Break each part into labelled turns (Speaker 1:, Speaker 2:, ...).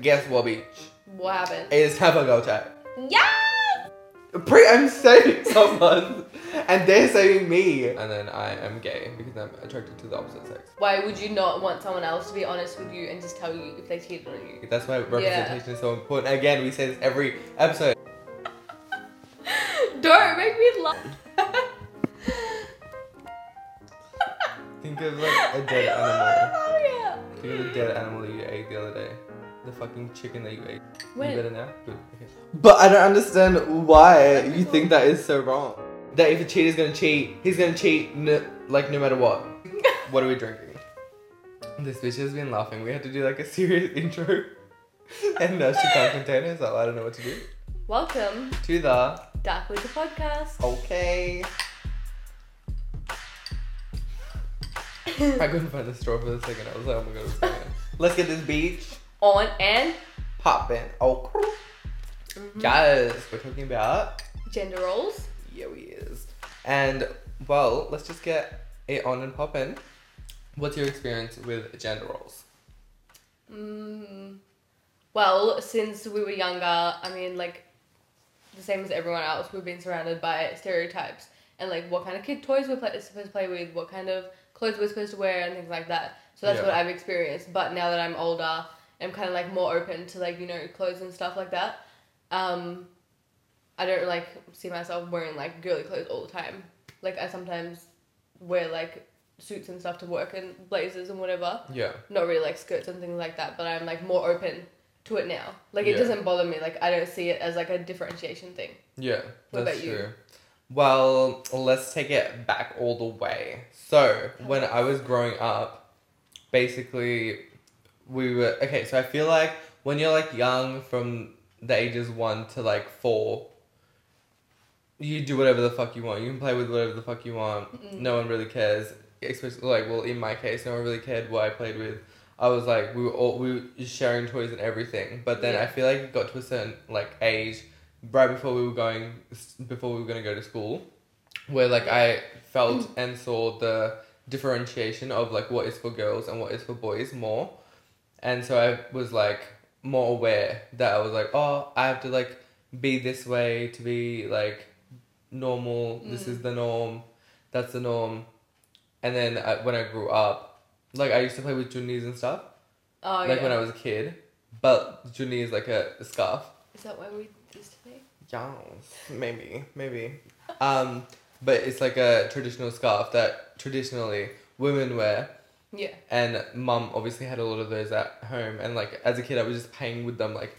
Speaker 1: guess what, bitch?
Speaker 2: What happened?
Speaker 1: It's time for go time.
Speaker 2: Yeah.
Speaker 1: Pre, I'm saving someone, and they're saving me. And then I am gay because I'm attracted to the opposite sex.
Speaker 2: Why would you not want someone else to be honest with you and just tell you if they cheated on you?
Speaker 1: That's why representation is so important. Again, we say this every episode.
Speaker 2: Don't make me laugh.
Speaker 1: Think of like a dead animal.
Speaker 2: Oh,
Speaker 1: Think of the dead animal that you ate the other day. The fucking chicken that you ate. You better now? Good. Okay. But I don't understand why you think that is so wrong. That if a cheater's gonna cheat, he's gonna cheat n- like no matter what. What are we drinking? This bitch has been laughing. We had to do like a serious intro. and now she can't contain herself. I don't know what to do.
Speaker 2: Welcome,
Speaker 1: To the
Speaker 2: Dark Wizard Podcast.
Speaker 1: Oh. okay. I couldn't find the straw for a second. I was like, oh my god, what's going on? Let's get this beach
Speaker 2: on and
Speaker 1: popping. Oh,
Speaker 2: Mm-hmm.
Speaker 1: yes, we're talking about
Speaker 2: gender roles.
Speaker 1: yeah, we is. And well, let's just get it on and popping. What's your experience with gender roles?
Speaker 2: Mm, well, since we were younger, I mean, like, the same as everyone else, we've been surrounded by stereotypes and, like, what kind of kid toys we're pla- supposed to play with, what kind of clothes we're supposed to wear, and things like that. So that's
Speaker 1: Yeah.
Speaker 2: what I've experienced. But now that I'm older, I'm kind of, like, more open to, like, you know, clothes and stuff like that. Um, I don't, like, see myself wearing, like, girly clothes all the time. Like, I sometimes wear, like, suits and stuff to work and blazers and whatever
Speaker 1: Yeah.
Speaker 2: not really like skirts and things like that, but I'm like more open to it now. Like it
Speaker 1: Yeah.
Speaker 2: doesn't bother me. Like I don't see it as like a differentiation thing.
Speaker 1: Yeah,
Speaker 2: What
Speaker 1: that's
Speaker 2: about you?
Speaker 1: true. Well, let's take it back all the way. So, when I was growing up, basically, we were okay. So, I feel like when you're like young from the ages one to like four, you do whatever the fuck you want. You can play with whatever the fuck you want. No one really cares. Especially, like, well, in my case, no one really cared what I played with. I was like, we were all we were sharing toys and everything. But then
Speaker 2: Yeah.
Speaker 1: I feel like it got to a certain like age right before we were going before we were going to go to school where like i felt and saw the differentiation of like what is for girls and what is for boys more and so i was like more aware that i was like oh i have to like be this way to be like normal this
Speaker 2: Mm.
Speaker 1: is the norm that's the norm and then I, when i grew up like i used to play with chunnies and stuff
Speaker 2: Oh
Speaker 1: like
Speaker 2: yeah.
Speaker 1: when i was a kid but chunni is like a scarf
Speaker 2: Is that why we used to play?
Speaker 1: Yes, maybe, maybe. Um, but it's like a traditional scarf that traditionally women wear,
Speaker 2: Yeah.
Speaker 1: and mum obviously had a lot of those at home. And like as a kid, I was just playing with them, like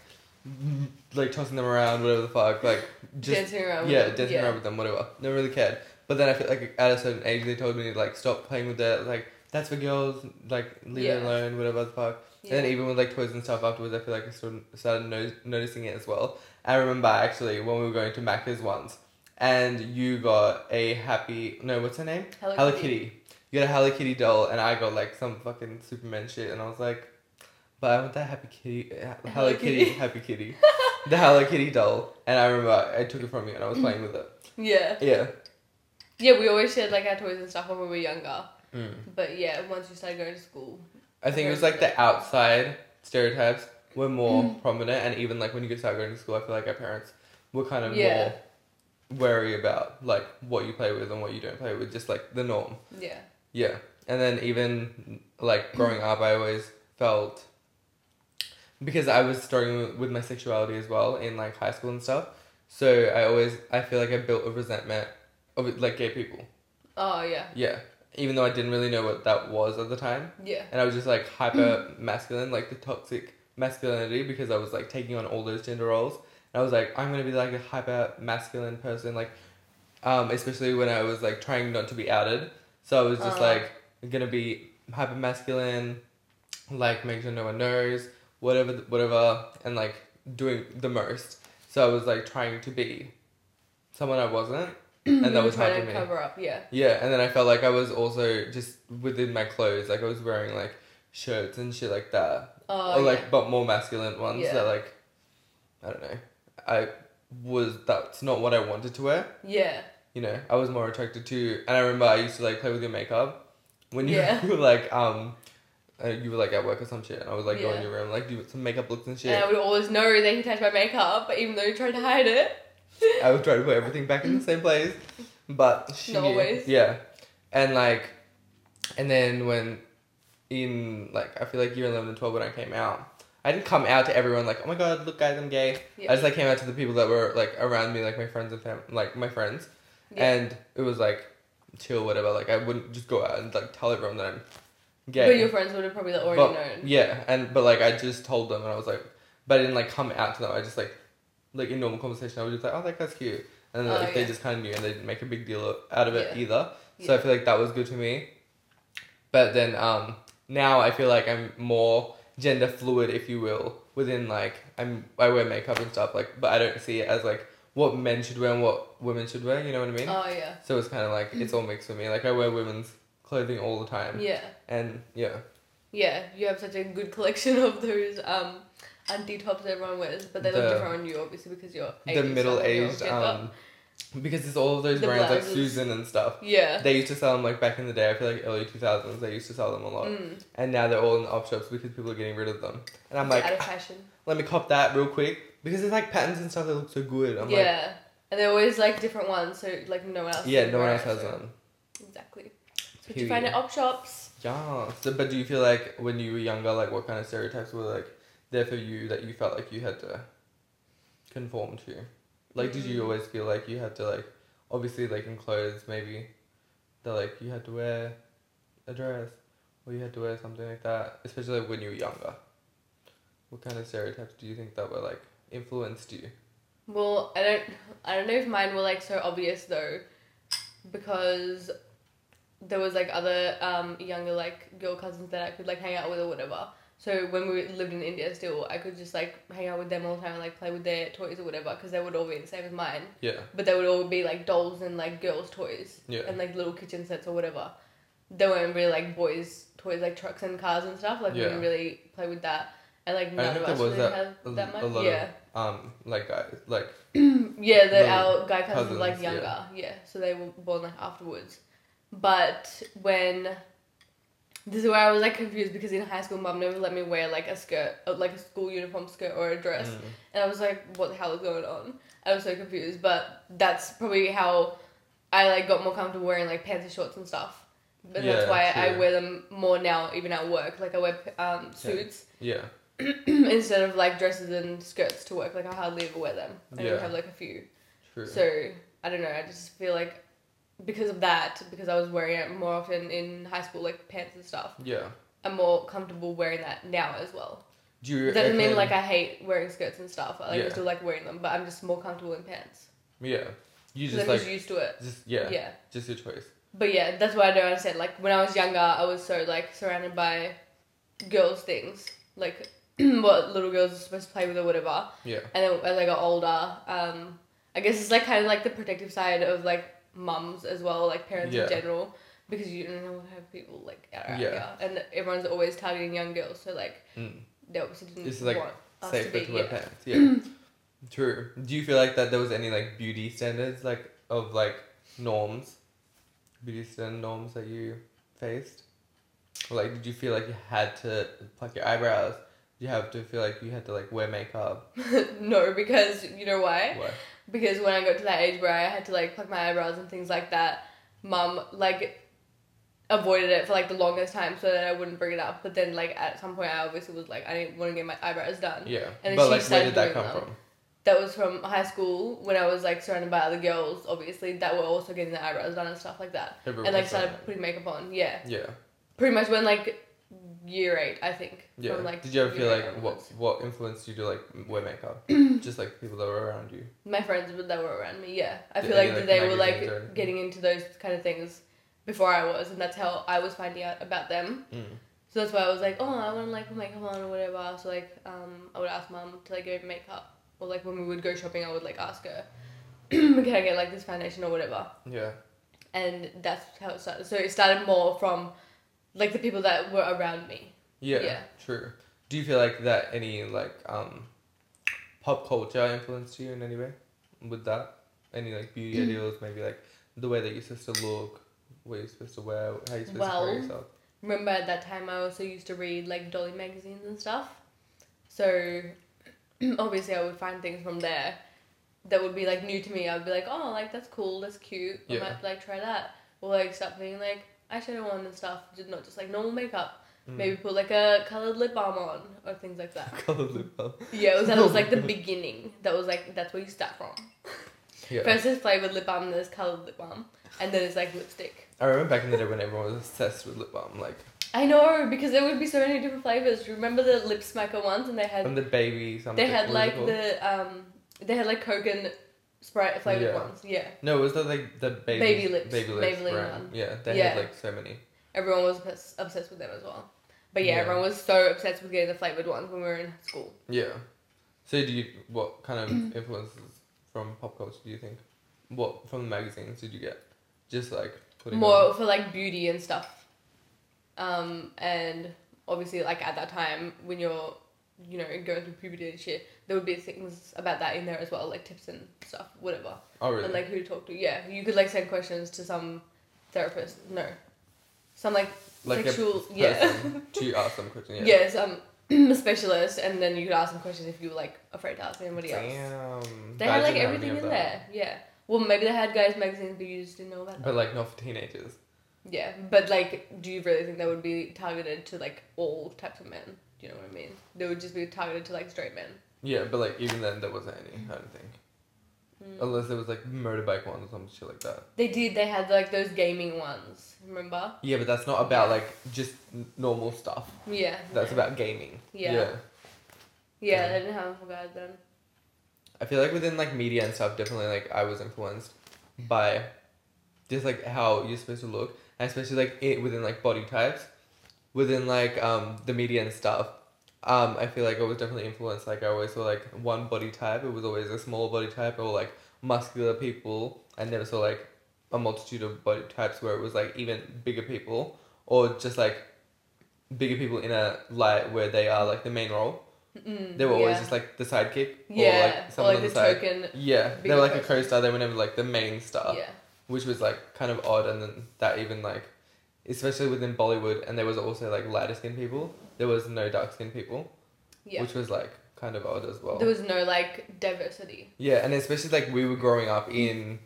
Speaker 1: like tossing them around, whatever the fuck, like just
Speaker 2: dancing around.
Speaker 1: yeah,
Speaker 2: with them.
Speaker 1: dancing around with them, whatever. Never really cared. But then I feel like at a certain age, they told me like stop playing with that, like that's for girls, like leave it
Speaker 2: Yeah.
Speaker 1: alone, whatever the fuck.
Speaker 2: Yeah.
Speaker 1: And then even with like toys and stuff afterwards, I feel like I sort of started no- noticing it as well. I remember actually when we were going to Macca's once, and you got a happy no, what's her name?
Speaker 2: Hello,
Speaker 1: Hello Kitty. You got a Hello Kitty doll, and I got like some fucking Superman shit, and I was like, but I want that Happy Kitty, uh, Hello,
Speaker 2: Hello
Speaker 1: Kitty,
Speaker 2: Kitty.
Speaker 1: Happy Kitty, the Hello Kitty doll. And I remember I took it from you, and I was playing with it.
Speaker 2: Yeah.
Speaker 1: Yeah.
Speaker 2: Yeah. We always shared like our toys and stuff when we were younger.
Speaker 1: Mm.
Speaker 2: But yeah, once you started going to school.
Speaker 1: I think it was like the outside stereotypes were more prominent, and even like when you start going to school, I feel like our parents were kind of
Speaker 2: Yeah.
Speaker 1: more wary about like what you play with and what you don't play with, just like the norm.
Speaker 2: Yeah.
Speaker 1: Yeah, and then even like growing up, I always felt because I was struggling with my sexuality as well in like high school and stuff. So I always I feel like I built a resentment of like gay people.
Speaker 2: Oh yeah.
Speaker 1: Yeah, even though I didn't really know what that was at the time
Speaker 2: Yeah.
Speaker 1: and I was just like hyper masculine, like the toxic masculinity, because I was like taking on all those gender roles. And I was like, I'm gonna be like a hyper masculine person, like, um, especially when I was like trying not to be outed. So I was just
Speaker 2: Uh.
Speaker 1: like gonna be hyper masculine, like make sure no one knows, whatever, th- whatever, and like doing the most. So I was like trying to be someone I wasn't, and
Speaker 2: You
Speaker 1: that
Speaker 2: were
Speaker 1: was hard
Speaker 2: trying
Speaker 1: for
Speaker 2: to
Speaker 1: me.
Speaker 2: cover up. Yeah.
Speaker 1: Yeah, and then I felt like I was also just within my clothes, like I was wearing like shirts and shit like that,
Speaker 2: Oh
Speaker 1: or like
Speaker 2: yeah.
Speaker 1: but more masculine ones
Speaker 2: Yeah.
Speaker 1: that like, I don't know, I was that's not what I wanted to wear.
Speaker 2: Yeah.
Speaker 1: You know, I was more attracted to, and I remember I used to like play with your makeup when you
Speaker 2: Yeah.
Speaker 1: were like um, uh, you were like at work or some shit, and I was like, go
Speaker 2: Yeah.
Speaker 1: in your room, like do some makeup looks and shit.
Speaker 2: And I would always know that he touched my makeup, but even though he tried to hide it.
Speaker 1: I would try to put everything back in the same place. But she
Speaker 2: Not always.
Speaker 1: Yeah. And like and then when in like I feel like year eleven and twelve when I came out, I didn't come out to everyone like, Oh my god, look guys, I'm gay.
Speaker 2: Yeah.
Speaker 1: I just like came out to the people that were like around me, like my friends and fam- like my friends.
Speaker 2: Yeah.
Speaker 1: And it was like chill, whatever. Like I wouldn't just go out and like tell everyone that I'm gay.
Speaker 2: But your friends would have probably already
Speaker 1: But-
Speaker 2: known.
Speaker 1: Yeah, and but like I just told them, and I was like, but I didn't like come out to them. I just like, like in normal conversation, I was just like, oh, that guy's cute, and then,
Speaker 2: Oh,
Speaker 1: like they
Speaker 2: yeah.
Speaker 1: just kind of knew, and they didn't make a big deal o- out of it
Speaker 2: Yeah.
Speaker 1: either. So I
Speaker 2: Yeah.
Speaker 1: feel like that was good to me. But then um now I feel like I'm more gender fluid, if you will, within like I'm I wear makeup and stuff like, but I don't see it as like what men should wear and what women should wear. You know what I mean?
Speaker 2: Oh yeah.
Speaker 1: so it's kind of like it's all mixed with me. Like I wear women's clothing all the time,
Speaker 2: Yeah.
Speaker 1: and yeah.
Speaker 2: Yeah. You have such a good collection of those um anti tops that everyone wears, but they
Speaker 1: The-
Speaker 2: look different on you obviously because you're
Speaker 1: the
Speaker 2: Asian, so
Speaker 1: middle
Speaker 2: you're
Speaker 1: aged
Speaker 2: gender.
Speaker 1: um because it's all of those
Speaker 2: The
Speaker 1: brands like
Speaker 2: blouses.
Speaker 1: Susan and stuff.
Speaker 2: Yeah.
Speaker 1: They used to sell them like back in the day. I feel like early two thousands. They used to sell them a lot,
Speaker 2: Mm.
Speaker 1: and now they're all in the op shops because people are getting rid of them. And I'm
Speaker 2: It's out
Speaker 1: like,
Speaker 2: of fashion.
Speaker 1: let me cop that real quick because it's like patterns and stuff that look so good. I'm like,
Speaker 2: yeah. and they're always like different ones, so like no one else.
Speaker 1: yeah,
Speaker 2: would
Speaker 1: no one
Speaker 2: wear
Speaker 1: else
Speaker 2: it,
Speaker 1: has
Speaker 2: so-
Speaker 1: them.
Speaker 2: Exactly. So you find
Speaker 1: Period.
Speaker 2: at op shops.
Speaker 1: Yeah. So, but do you feel like when you were younger, like what kind of stereotypes were like there for you that you felt like you had to conform to? Like, did you
Speaker 2: Mm.
Speaker 1: always feel like you had to like obviously like in clothes maybe that like you had to wear a dress or you had to wear something like that, especially like, when you were younger. What kind of stereotypes do you think that were like influenced you?
Speaker 2: Well, I don't I don't know if mine were like so obvious though because there was like other um younger like girl cousins that I could like hang out with or whatever. So when we lived in India still, I could just like hang out with them all the time and like play with their toys or whatever because they would all be the same as mine.
Speaker 1: Yeah.
Speaker 2: But they would all be like dolls and like girls' toys
Speaker 1: Yeah.
Speaker 2: and like little kitchen sets or whatever. They weren't really like boys' toys like trucks and cars and stuff. Like we
Speaker 1: Yeah.
Speaker 2: didn't really play with that. And like none
Speaker 1: think
Speaker 2: of
Speaker 1: there
Speaker 2: us
Speaker 1: was
Speaker 2: really
Speaker 1: that-
Speaker 2: had
Speaker 1: a-
Speaker 2: that much.
Speaker 1: a lot of-
Speaker 2: yeah.
Speaker 1: Um, like I like
Speaker 2: Yeah, the,
Speaker 1: The
Speaker 2: our guy cousins were like
Speaker 1: cousins, yeah.
Speaker 2: younger. Yeah. so they were born like afterwards. But when this is where I was like confused because in high school, mum never let me wear like a skirt, uh, like a school uniform skirt or a dress,
Speaker 1: mm,
Speaker 2: and I was like, what the hell is going on? I was so confused. But that's probably how I like got more comfortable wearing like pants and shorts and stuff. But
Speaker 1: Yeah,
Speaker 2: that's why I
Speaker 1: true.
Speaker 2: wear them more now, even at work. Like I wear um, suits
Speaker 1: yeah.
Speaker 2: instead of like dresses and skirts to work. Like I hardly ever wear them. I
Speaker 1: Yeah.
Speaker 2: only have like a few.
Speaker 1: True.
Speaker 2: So I don't know. I just feel like because of that, because I was wearing it more often in high school, like pants and stuff,
Speaker 1: yeah.
Speaker 2: I'm more comfortable wearing that now as well.
Speaker 1: Do you
Speaker 2: That doesn't mean
Speaker 1: reckon-
Speaker 2: like I hate wearing skirts and stuff. I like,
Speaker 1: Yeah.
Speaker 2: I still like wearing them, but I'm just more comfortable in pants.
Speaker 1: Yeah. You
Speaker 2: 'Cause
Speaker 1: just
Speaker 2: I'm
Speaker 1: like
Speaker 2: just used to it.
Speaker 1: just
Speaker 2: Yeah.
Speaker 1: Just your choice.
Speaker 2: But yeah, that's what I don't understand. Like when I was younger, I was so like surrounded by girls' things, like what little girls are supposed to play with or whatever.
Speaker 1: Yeah.
Speaker 2: And then as I got older, um, I guess it's like kind of like the protective side of like mums as well, like parents
Speaker 1: Yeah.
Speaker 2: in general, because you don't know have people like out around
Speaker 1: Yeah.
Speaker 2: here, and everyone's always targeting young girls, so like
Speaker 1: Mm.
Speaker 2: they obviously didn't
Speaker 1: It's like
Speaker 2: want us to
Speaker 1: Safer
Speaker 2: be.
Speaker 1: to wear
Speaker 2: yeah.
Speaker 1: pants. Yeah. True. Do you feel like that there was any like beauty standards like of like norms, beauty standard norms that you faced? Or, like, did you feel like you had to pluck your eyebrows? Did you have to feel like you had to like wear makeup?
Speaker 2: no, because you know why?
Speaker 1: What?
Speaker 2: Because when I got to that age where I had to like pluck my eyebrows and things like that, mum like avoided it for like the longest time so that I wouldn't bring it up. But then like at some point, I obviously was like I didn't want to get my eyebrows done.
Speaker 1: Yeah.
Speaker 2: then
Speaker 1: but like,
Speaker 2: she
Speaker 1: where
Speaker 2: started
Speaker 1: did that
Speaker 2: doing
Speaker 1: come
Speaker 2: them.
Speaker 1: from?
Speaker 2: that was from high school when I was like surrounded by other girls, obviously, that were also getting their eyebrows done and stuff like that.
Speaker 1: Everyone
Speaker 2: And like
Speaker 1: was
Speaker 2: started
Speaker 1: like-
Speaker 2: putting makeup on, yeah.
Speaker 1: Yeah.
Speaker 2: Pretty much when like year eight, I think.
Speaker 1: Yeah.
Speaker 2: From, like,
Speaker 1: did you ever feel
Speaker 2: year eight
Speaker 1: like what
Speaker 2: onwards.
Speaker 1: what influenced you to like wear makeup? Just like people that were around you.
Speaker 2: My friends were- that were around me, yeah. I
Speaker 1: Did
Speaker 2: feel
Speaker 1: any,
Speaker 2: like,
Speaker 1: like,
Speaker 2: they were
Speaker 1: magazines or anything?
Speaker 2: like getting into those kind of things before I was, and that's how I was finding out about them.
Speaker 1: Mm.
Speaker 2: So that's why I was like, oh, I want to like put makeup on or whatever. So like, um, I would ask mom to like give me makeup, or like when we would go shopping, I would like ask her, can I get like this foundation or whatever.
Speaker 1: Yeah.
Speaker 2: and that's how it started. So it started more from like the people that were around me.
Speaker 1: Yeah,
Speaker 2: Yeah.
Speaker 1: true. Do you feel like that any like um pop culture influenced you in any way with that? Any like
Speaker 2: Mm.
Speaker 1: beauty ideals, maybe like the way that you're supposed to look, what you're supposed to wear, how you're supposed to
Speaker 2: Well,
Speaker 1: carry yourself.
Speaker 2: remember at that time I also used to read like Dolly magazines and stuff. So obviously I would find things from there that would be like new to me. I would be like, oh, like that's cool, that's cute. I
Speaker 1: Yeah.
Speaker 2: might like try that or like start putting like eyeshadow on and stuff, just not just like normal makeup.
Speaker 1: Mm. Hmm.
Speaker 2: Maybe put like a colored lip balm on or things like that.
Speaker 1: Colored lip balm.
Speaker 2: Yeah, it was, that was like the beginning. That was like that's where you start from.
Speaker 1: Yeah.
Speaker 2: First is flavored lip balm, then it's colored lip balm, and then it's like lipstick.
Speaker 1: I remember back in the day when everyone was obsessed with lip balm, like
Speaker 2: I know because there would be so many different flavors. Remember the lip smacker ones, and they had
Speaker 1: when the baby something.
Speaker 2: they had
Speaker 1: what was it
Speaker 2: like
Speaker 1: called?
Speaker 2: the um they had like Coke and Sprite flavored
Speaker 1: Yeah.
Speaker 2: ones. Yeah,
Speaker 1: No, it was the like the baby
Speaker 2: Baby lips,
Speaker 1: Baby lips.
Speaker 2: Maybelline
Speaker 1: brand.
Speaker 2: one.
Speaker 1: Yeah, they
Speaker 2: Yeah.
Speaker 1: had like so many.
Speaker 2: everyone was obs- obsessed with them as well. But yeah,
Speaker 1: Yeah.
Speaker 2: everyone was so obsessed with getting the flavored ones when we were in school.
Speaker 1: Yeah. So do you what kind of influences from pop culture do you think? What from the magazines did you get? Just like putting
Speaker 2: more for like beauty and stuff. Um, and obviously, like at that time when you're, you know, going through puberty and shit, there would be things about that in there as well, like tips and stuff, whatever,
Speaker 1: Oh really?
Speaker 2: and like who to talk to. Yeah, you could like send questions to some therapist. No, some like,
Speaker 1: Like a
Speaker 2: sexual. yeah,
Speaker 1: person to ask them questions. Yeah.
Speaker 2: yeah, some specialist, and then you could ask them questions if you were like afraid to ask anybody else.
Speaker 1: Damn.
Speaker 2: They
Speaker 1: I
Speaker 2: had like
Speaker 1: didn't have any
Speaker 2: everything
Speaker 1: of
Speaker 2: in
Speaker 1: that.
Speaker 2: there. Yeah. Well, maybe they had guys' magazines, but you just didn't know about them.
Speaker 1: But like not for teenagers.
Speaker 2: Yeah, but like, do you really think that would be targeted to like all types of men? Do you know what I mean? They would just be targeted to like straight men.
Speaker 1: Yeah, but like even then there wasn't any, I don't think.
Speaker 2: Mm.
Speaker 1: Unless there was like motorbike ones or some shit like that.
Speaker 2: They did. They had like those gaming ones. Remember?
Speaker 1: Yeah, but that's not about like just n- normal stuff.
Speaker 2: Yeah.
Speaker 1: That's about gaming.
Speaker 2: Yeah.
Speaker 1: yeah.
Speaker 2: Yeah, they didn't have them for guys then.
Speaker 1: I feel like within like media and stuff, definitely like I was influenced by just like how you're supposed to look, and especially like it within like body types, within like um the media and stuff. Um, I feel like I was definitely influenced. Like I always saw like one body type. It was always a small body type or like muscular people. I never saw like a multitude of body types where it was like even bigger people or just like bigger people in a light where they are like the main role.
Speaker 2: Mm,
Speaker 1: They were always
Speaker 2: yeah.
Speaker 1: just like the sidekick
Speaker 2: yeah,
Speaker 1: Mm-hmm. or like someone on the,
Speaker 2: the
Speaker 1: side. Uh,
Speaker 2: token.
Speaker 1: Yeah, they
Speaker 2: bigger
Speaker 1: were like a
Speaker 2: person.
Speaker 1: co-star. They were never like the main star,
Speaker 2: yeah.
Speaker 1: which was like kind of odd. And then that even like, especially within Bollywood, and there was also like lighter skinned people. There was no dark skinned people,
Speaker 2: Yeah.
Speaker 1: which was like kind of odd as well.
Speaker 2: there was no like diversity.
Speaker 1: yeah, and especially like we were growing up in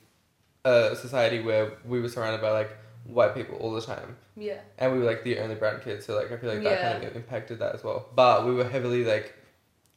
Speaker 1: a society where we were surrounded by like white people all the time,
Speaker 2: Yeah.
Speaker 1: and we were like the only brown kids. So like I feel like that
Speaker 2: Yeah.
Speaker 1: kind of impacted that as well. But we were heavily like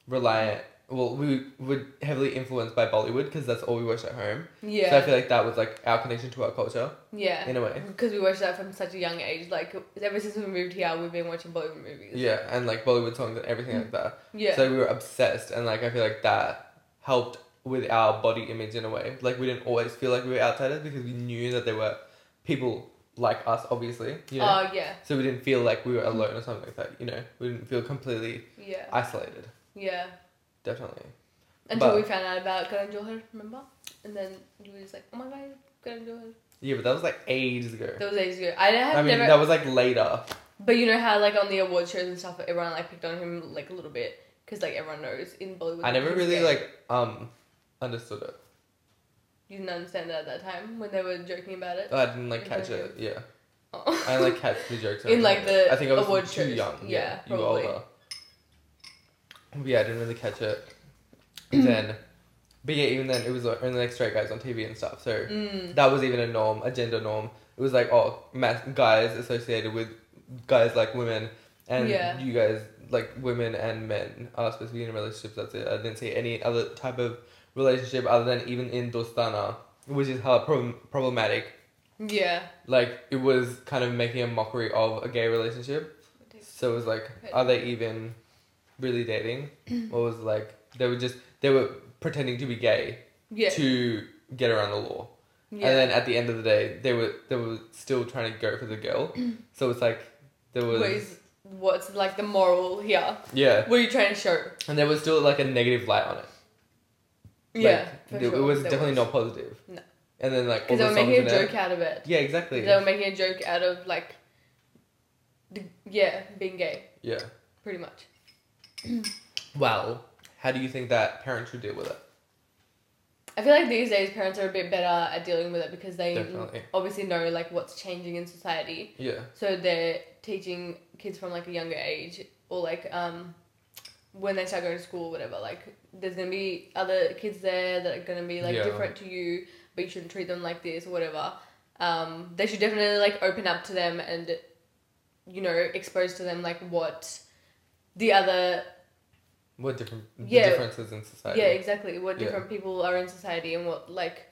Speaker 1: reliant. Well, we were heavily influenced by Bollywood because that's all we watched at home.
Speaker 2: Yeah. Uh,
Speaker 1: So I feel like that was like our connection to our culture
Speaker 2: yeah.
Speaker 1: in a way.
Speaker 2: because we watched that from such a young age. Like ever since we moved here, we've been watching Bollywood movies.
Speaker 1: Yeah, and like Bollywood songs and everything like that.
Speaker 2: Mm. Yeah.
Speaker 1: So we were obsessed, and like I feel like that helped with our body image in a way. Like we didn't always feel like we were outsiders because we knew that there were people like us, obviously. You know?
Speaker 2: Oh yeah.
Speaker 1: so we didn't feel like we were alone or something like that. You know, we didn't feel completely
Speaker 2: Yeah.
Speaker 1: isolated.
Speaker 2: yeah.
Speaker 1: Definitely.
Speaker 2: Until
Speaker 1: But-
Speaker 2: we found out about Karan Johar, remember? And then you were just like, oh my god, Karan Johar.
Speaker 1: Yeah, but that was like ages ago.
Speaker 2: That was ages ago. I have
Speaker 1: I mean,
Speaker 2: never.
Speaker 1: that was like later.
Speaker 2: but you know how, like, on the award shows and stuff, everyone, like, picked on him, like, a little bit. Because, like, everyone knows in Bollywood.
Speaker 1: I
Speaker 2: that
Speaker 1: never
Speaker 2: he's
Speaker 1: really
Speaker 2: gay.
Speaker 1: like um understood it.
Speaker 2: You didn't understand that at that time when they were joking about it.
Speaker 1: I didn't like
Speaker 2: Mhm.
Speaker 1: catch it. Yeah.
Speaker 2: Oh.
Speaker 1: Uh, I like catch the jokes.
Speaker 2: In, like, the
Speaker 1: I think I was
Speaker 2: award
Speaker 1: too
Speaker 2: shows.
Speaker 1: young. Yeah,
Speaker 2: Yeah,
Speaker 1: you were
Speaker 2: probably.
Speaker 1: older. But yeah, I didn't really catch it. then, but yeah, even then, it was uh, only like straight guys on TV and stuff. So
Speaker 2: Mm.
Speaker 1: that was even a norm, a gender norm. It was like oh, mas- guys associated with guys like women, and
Speaker 2: Yeah.
Speaker 1: you guys like women and men are supposed to be in relationships. That's it. I didn't see any other type of relationship other than even in Dostana, which is how problem- problematic
Speaker 2: Yeah.
Speaker 1: like it was kind of making a mockery of a gay relationship. So it was like, are they even really dating? or was like they were just they were pretending to be gay
Speaker 2: Yeah.
Speaker 1: to get around the law.
Speaker 2: yeah.
Speaker 1: And then at the end of the day, they were they were still trying to go for the girl. so it's like there was
Speaker 2: What is- what's, like, the moral here?
Speaker 1: yeah,
Speaker 2: What are you trying to show?
Speaker 1: and there was still like a negative light on it. Like,
Speaker 2: yeah. for
Speaker 1: th-
Speaker 2: sure,
Speaker 1: it was
Speaker 2: there
Speaker 1: definitely not positive.
Speaker 2: No.
Speaker 1: And then like all
Speaker 2: Because
Speaker 1: the
Speaker 2: they were
Speaker 1: songs
Speaker 2: making
Speaker 1: in
Speaker 2: a
Speaker 1: it-
Speaker 2: joke out of it.
Speaker 1: Yeah, exactly.
Speaker 2: They were making a joke out of, like, the, yeah, being gay,
Speaker 1: Yeah.
Speaker 2: pretty much.
Speaker 1: Well, how do you think that parents should deal with it?
Speaker 2: I feel like these days parents are a bit better at dealing with it because they
Speaker 1: Definitely.
Speaker 2: obviously know like what's changing in society.
Speaker 1: Yeah.
Speaker 2: So they're teaching kids from like a younger age or like um when they start going to school or whatever, like there's gonna be other kids there that are gonna be like
Speaker 1: Yeah.
Speaker 2: different to you, but you shouldn't treat them like this or whatever. Um, they should definitely like open up to them and you know, expose to them like what the other
Speaker 1: What different the
Speaker 2: Yeah.
Speaker 1: differences in society?
Speaker 2: yeah, exactly. What
Speaker 1: Yeah.
Speaker 2: different people are in society and what like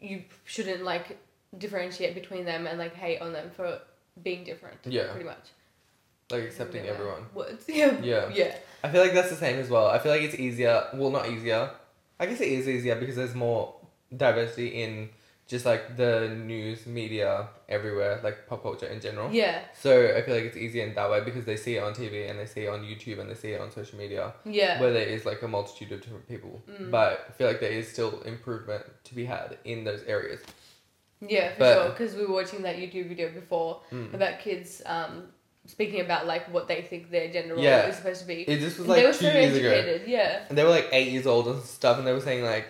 Speaker 2: you shouldn't like differentiate between them and like hate on them for being different.
Speaker 1: Yeah.
Speaker 2: Pretty much.
Speaker 1: Like accepting
Speaker 2: Yeah.
Speaker 1: everyone.
Speaker 2: Words. Yeah.
Speaker 1: Yeah.
Speaker 2: Yeah.
Speaker 1: I feel like that's the same as well. I feel like it's easier. Well, not easier. I guess it is easier because there's more diversity in just like the news media everywhere, like pop culture in general.
Speaker 2: Yeah.
Speaker 1: So I feel like it's easier in that way because they see it on TV and they see it on YouTube and they see it on social media
Speaker 2: Yeah.
Speaker 1: where there is like a multitude of different people.
Speaker 2: Mm.
Speaker 1: But I feel like there is still improvement to be had in those areas.
Speaker 2: Yeah, for
Speaker 1: But-
Speaker 2: sure. Because we were watching that YouTube video before
Speaker 1: Mm.
Speaker 2: about kids um, speaking about like what they think their gender role
Speaker 1: Yeah.
Speaker 2: is supposed to be.
Speaker 1: It just was
Speaker 2: And
Speaker 1: like
Speaker 2: they were
Speaker 1: two
Speaker 2: so
Speaker 1: years ago.
Speaker 2: educated. Yeah.
Speaker 1: And they were like eight years old and stuff, and they were saying like